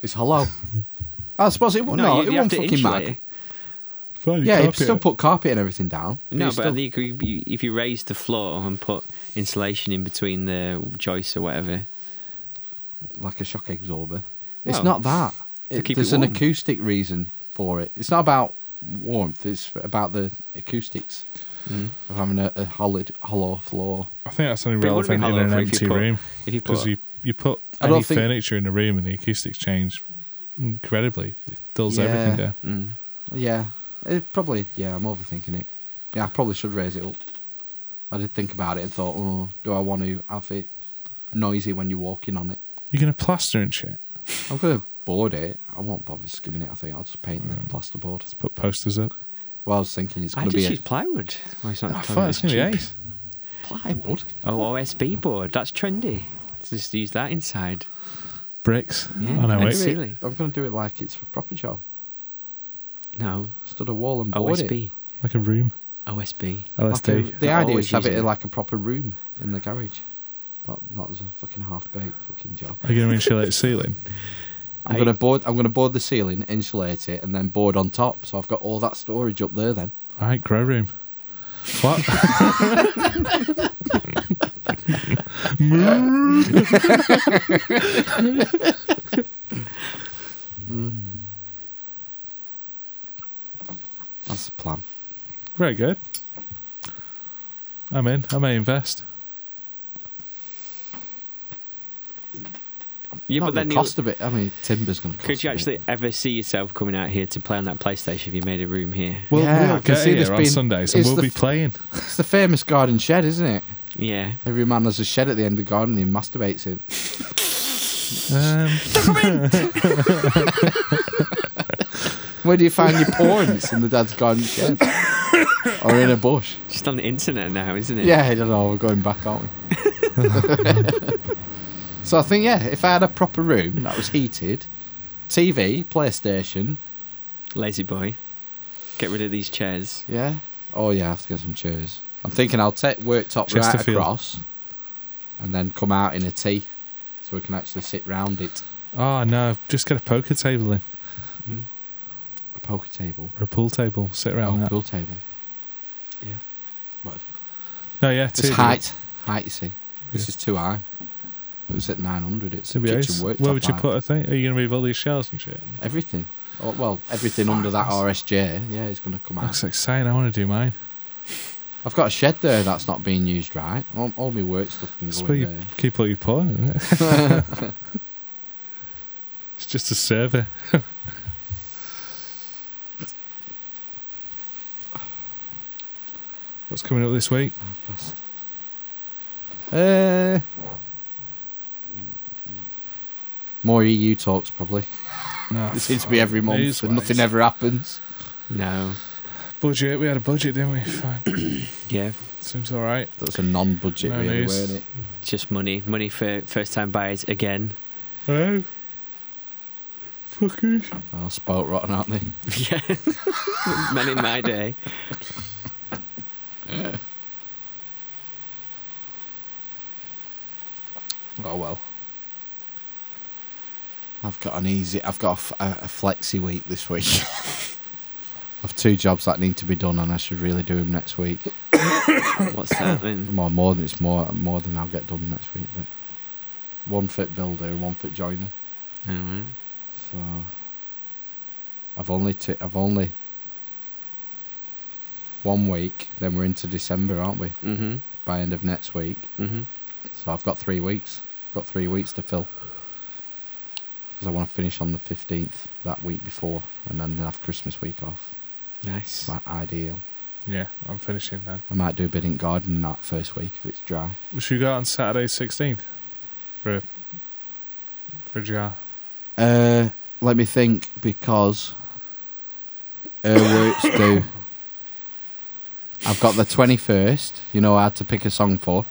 A: It's hollow. I suppose it won't. No,
D: you-
A: it
D: you have
A: won't
D: to
A: fucking
D: insulate
A: matter.
D: it.
B: Fine,
A: Yeah,
B: carpet
A: you'd still
B: it.
A: put carpet and everything down.
D: No,
A: You'd
D: but
A: still-
D: I think you, you, if you raise the floor and put insulation in between the joists or whatever,
A: like a shock absorber. It's
D: Well,
A: not that.
D: to
A: It-
D: keep it
A: there's an
D: warm.
A: acoustic reason for it. It's not about warmth. It's f- about the acoustics
D: mm.
A: of having a, a hollow, hollow floor.
B: I think that's only
D: But it wouldn't
B: relevant in
D: be
B: an
D: hollow if you
B: empty
D: put-
B: room.
D: if you
B: Because
D: put
B: you, you put
A: I don't
B: any
A: think-
B: furniture in a room and the acoustics change incredibly. It dulls
A: Yeah.
B: everything down.
D: mm.
A: Yeah, it probably. Yeah, I'm overthinking it. Yeah, I probably should raise it up. I did think about it and thought, oh, do I want to have it noisy when you're walking on it?
B: You're going to plaster and shit.
A: I'm gonna board it. I won't bother skimming it. I think I'll just paint the plasterboard.
B: Let's put posters up. Ah,
A: Well, I was thinking it's
D: I
A: gonna
D: just
A: be
D: use
A: a
D: plywood. Well, it's
B: I
D: not
B: thought it was going to be
D: cheap.
B: ace.
A: plywood.
D: Oh, OSB board. That's trendy. Let's just use that inside.
B: Bricks.
D: Yeah,
B: oh, no,
D: and
B: wait.
D: see- Really?
A: I'm gonna do it like it's a proper job.
D: No,
A: Stood a wall and board it.
D: OSB.
B: Like a room.
D: OSB.
A: Like
B: LSD.
A: a- the
D: They're
A: idea is
D: always
A: to have it
D: using
A: in
D: it.
A: like a proper room in the garage, not not as a fucking half baked fucking job.
B: Are you going to insulate the ceiling?
A: I'm
D: I-
A: gonna board. I'm gonna board the ceiling, insulate it, and then board on top. So I've got all that storage up there. Then
B: All right, grow room. What?
A: that's the plan.
B: Very good. I'm in. I may invest.
D: Yeah,
A: Not
D: but then
A: the
D: you'll-
A: cost of it. I mean, timber's gonna cost.
D: could you
A: a bit.
D: actually ever see yourself coming out here to play on that PlayStation if you made a room here?
B: We'll,
A: Yeah, I
B: we'll
A: can
B: get
A: see
B: here
A: this
B: on
A: being-
B: Sundays and
A: it's
B: we'll
A: the
B: be
A: f-
B: playing.
A: It's the famous garden shed, isn't it?
D: Yeah.
A: Every man has a shed at the end of the garden. He masturbates in.
B: Um,
A: Where do you find your porn? It's in the dad's garden shed or in a bush.
D: Just on the internet now, isn't it?
A: Yeah, I don't know. We're going back, aren't we? so I think yeah, if I had a proper room that was heated, TV, PlayStation,
D: Lazy boy. Get rid of these chairs.
A: yeah. Oh yeah, I have to get some chairs. I'm thinking I'll take work top right
B: Chesterfield.
A: across, and then come out in a tee, so we can actually sit round it.
B: oh, no. Just get a poker table in
A: A poker table,
B: or a pool table. Sit
A: oh,
B: around that.
A: pool table. Yeah. Whatever.
B: No, yeah.
A: It's
B: two-
A: height, height. You see, this
B: Yeah.
A: is too high. It was at 900. It's
B: two
A: a
B: be
A: kitchen
B: ace.
A: worktop
B: Where would you
A: height.
B: put a thing? Are you going to move all these shelves and shit?
A: Everything. Oh, well, everything under that RSJ, yeah, is going to come out.
B: That's exciting. I want to do mine.
A: I've got a shed there that's not being used right. All, all my work stuff can
B: That's
A: go
B: where
A: in
B: you
A: there.
B: keep all your porn, isn't it? it's just a server. What's coming up this week?
A: Past. Uh, more EU talks, probably.
B: No,
A: It seems to be every month and nothing
B: news-wise.
A: ever happens.
D: No.
B: Budget. We had a budget, didn't we? Fine.
D: Yeah.
B: Seems all right.
A: That's a non budget,
B: No
A: really,
B: news.
A: weren't it?
D: Just money. Money for first time buyers again.
B: Hello. Fuckers.
A: Oh, spout rotten, aren't they?
D: yeah. Men in my day.
A: Oh well. I've got an easy. I've got a, f- a- a flexi week this week. I've two jobs that need to be done, and I should really do them next week.
D: What's that then?
A: Well, more than it's more more than I'll get done next week. But one foot builder and one foot joiner.
D: Alright.
A: So I've only t- I've only one week. Then we're into December, aren't we?
D: Mm-hmm.
A: By end of next week.
D: Mm-hmm.
A: So I've got three weeks. got three weeks to fill. Because I want to finish on the 15th that week before and then have Christmas week off.
D: Nice.
A: Like ideal.
B: Yeah, I'm finishing then.
A: I might do a bit in gardening that first week if it's dry.
B: Should we go out on Saturday, 16th? For a, for a jar.
A: Uh, let me think because her works do. I've got the 21st. You know, I had to pick a song for.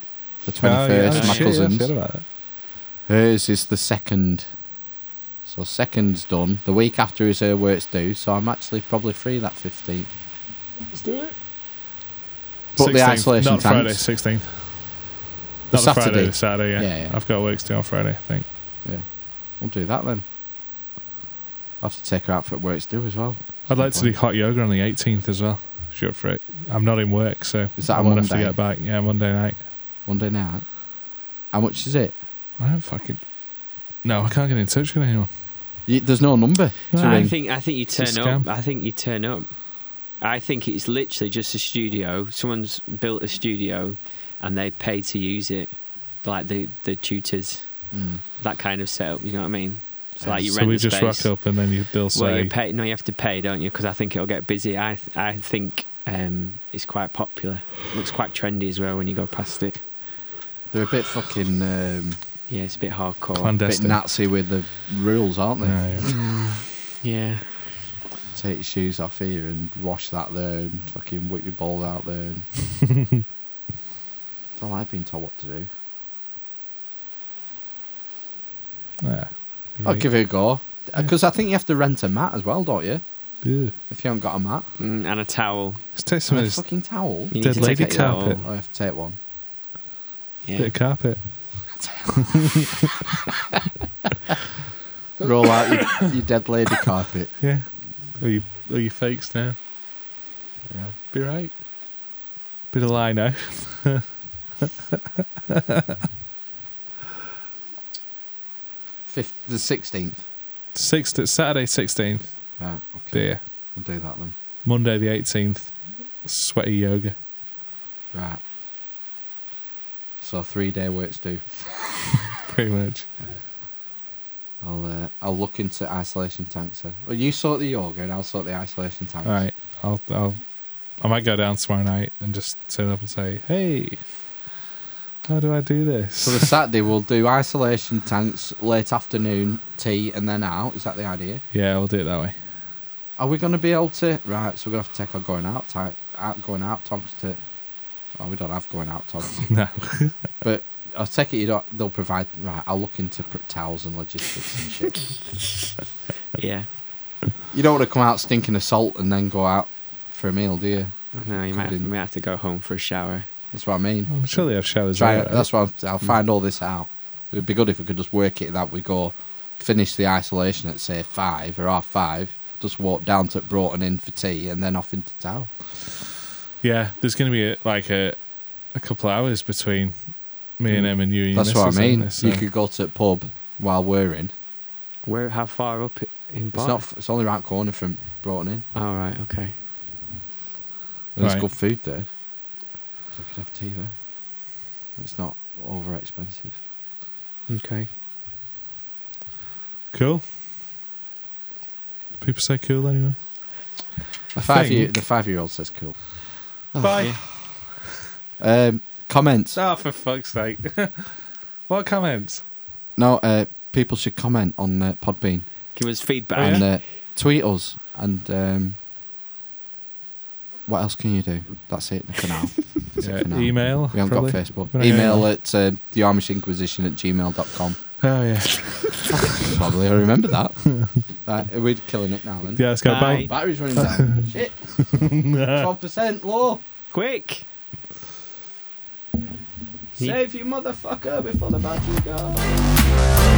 A: The 21st,
D: Oh, yeah,
A: my
D: shit,
A: cousin's.
B: about it.
A: Hers is the second. So second's done. The week after is her work's due, so I'm actually probably free that 15th.
B: Let's do it.
A: But the isolation
B: Not Friday,
A: tanks.
B: 16th.
A: The
B: Not the Friday,
A: Saturday.
B: the Saturday, yeah.
A: Yeah, yeah.
B: I've got works due on Friday, I think.
A: Yeah. We'll do that then. I'll have to take her out for work's due as well.
B: I'd like to do
A: point.
B: hot yoga on the 18th as well. Sure for it. I'm not in work, so
A: Is that
B: I
A: a
B: won't have to
A: Monday?
B: get back. Yeah, Monday night.
A: Monday night. How much is it?
B: I don't fucking. No, I can't get in touch with anyone.
A: You, there's no number. to
D: I
A: ring.
D: think I think you
B: a
D: turn up.
B: scam.
D: I think you turn up. I think it's literally just a studio. Someone's built a studio, and they pay to use it, like the the tutors,
A: Mm.
D: that kind of setup. You know what I mean? It's like you
B: so
D: rent
B: we
D: the
B: just
D: space.
B: rock up and then you, they'll
D: well,
B: say.
D: you pay. No, you have to pay, don't you? Because I think it'll get busy. I th- I think um, it's quite popular. looks quite trendy as well when you go past it.
A: They're a bit fucking um,
D: Yeah, it's a bit hardcore.
A: bit
B: clandestine.
A: Nazi with the rules, aren't they?
B: Yeah, yeah.
D: Yeah.
A: Take your shoes off here and wash that there and fucking whip your balls out there. And... I like being told what to do.
B: Yeah.
A: I'll give it a go. Because I think you have to rent a mat as well, don't you?
B: Yeah.
A: If you haven't got a mat.
D: Mm, and a towel.
B: Let's take some
A: And
B: of
A: a
B: this
A: fucking towel. Oh,
D: You need
B: Dead
D: to take
B: lady
D: out your towel.
B: carpet.
A: I have to take one.
B: bit
D: Yeah.
B: of carpet.
A: Roll out your, your dead lady carpet.
B: Yeah. Are you are you fakes now?
A: Yeah.
B: Be right. Bit of lino.
A: Fifth, the 16th.
B: Sixth Saturday sixteenth.
A: Right, okay.
B: Beer.
A: I'll do that then.
B: Monday the eighteenth. Sweaty yoga.
A: Right. So three day works due.
B: Pretty much.
A: I'll uh, I'll look into isolation tanks then. Well, you sort the yoga and I'll sort the isolation tanks.
B: All right. I'll I'll I might go down tomorrow night and just turn up and say, Hey, how do I do this?
A: So the Saturday we'll do isolation tanks, late afternoon tea, and then out. Is that the idea?
B: yeah, we'll do it that way.
A: Are we going to be able to? Right, so we're going to have to take our going out type, out going out togs to. Oh, we don't have going out togs,
B: No.
A: but I'll take it. You don't. They'll provide. Right, I'll look into pr- towels and logistics and shit.
D: Yeah.
A: you don't want to come out stinking of salt and then go out for a meal, do you?
D: No, you might have,
A: Couldn't.
D: you might have to go home for a shower.
A: That's what I mean.
B: I'm sure they have showers.
A: Try
B: there,
A: it. That's why I'll find all this out. It'd be good if we could just work it that we go, finish the isolation at say five or half five, just walk down to Broughton Inn for tea, and then off into town.
B: Yeah, there's going to be a, like a, a couple of hours between me and him and you. And your
A: Hmm. That's what I
B: missus, isn't
A: mean.
B: there? So-
A: You could go to the pub while we're in.
D: Where? How far up i- in
A: It's
D: Bath?
A: not. f- It's only round corner from Broughton Inn.
D: All right. Okay.
A: And There's
B: Right.
A: good food there, so I could have tea there. It's not over expensive.
D: Okay.
B: cool. People say cool anyway.
A: The five year
B: think-
A: the five year old says cool. Oh,
B: Bye.
D: yeah.
A: Um, comments.
B: Oh, for fuck's sake! what comments?
A: No, uh, people should comment on uh, Podbean.
D: Give us
B: Oh,
D: feedback.
A: and uh, tweet us. And um, what else can you do? That's it for now. That's it
B: Yeah,
A: for now.
B: email.
A: We haven't
B: probably.
A: got Facebook.
B: We're not
A: Email
B: email.
A: at uh, thearmishinquisition at gmail.com.
B: Oh yeah.
A: Probably, I remember that. right, uh, we're killing it now then.
B: Yeah. Let's go.
D: Bye.
B: Bye.
A: Battery's running down. Shit. 12% low.
D: Quick.
A: Save you, motherfucker, before the battery goes.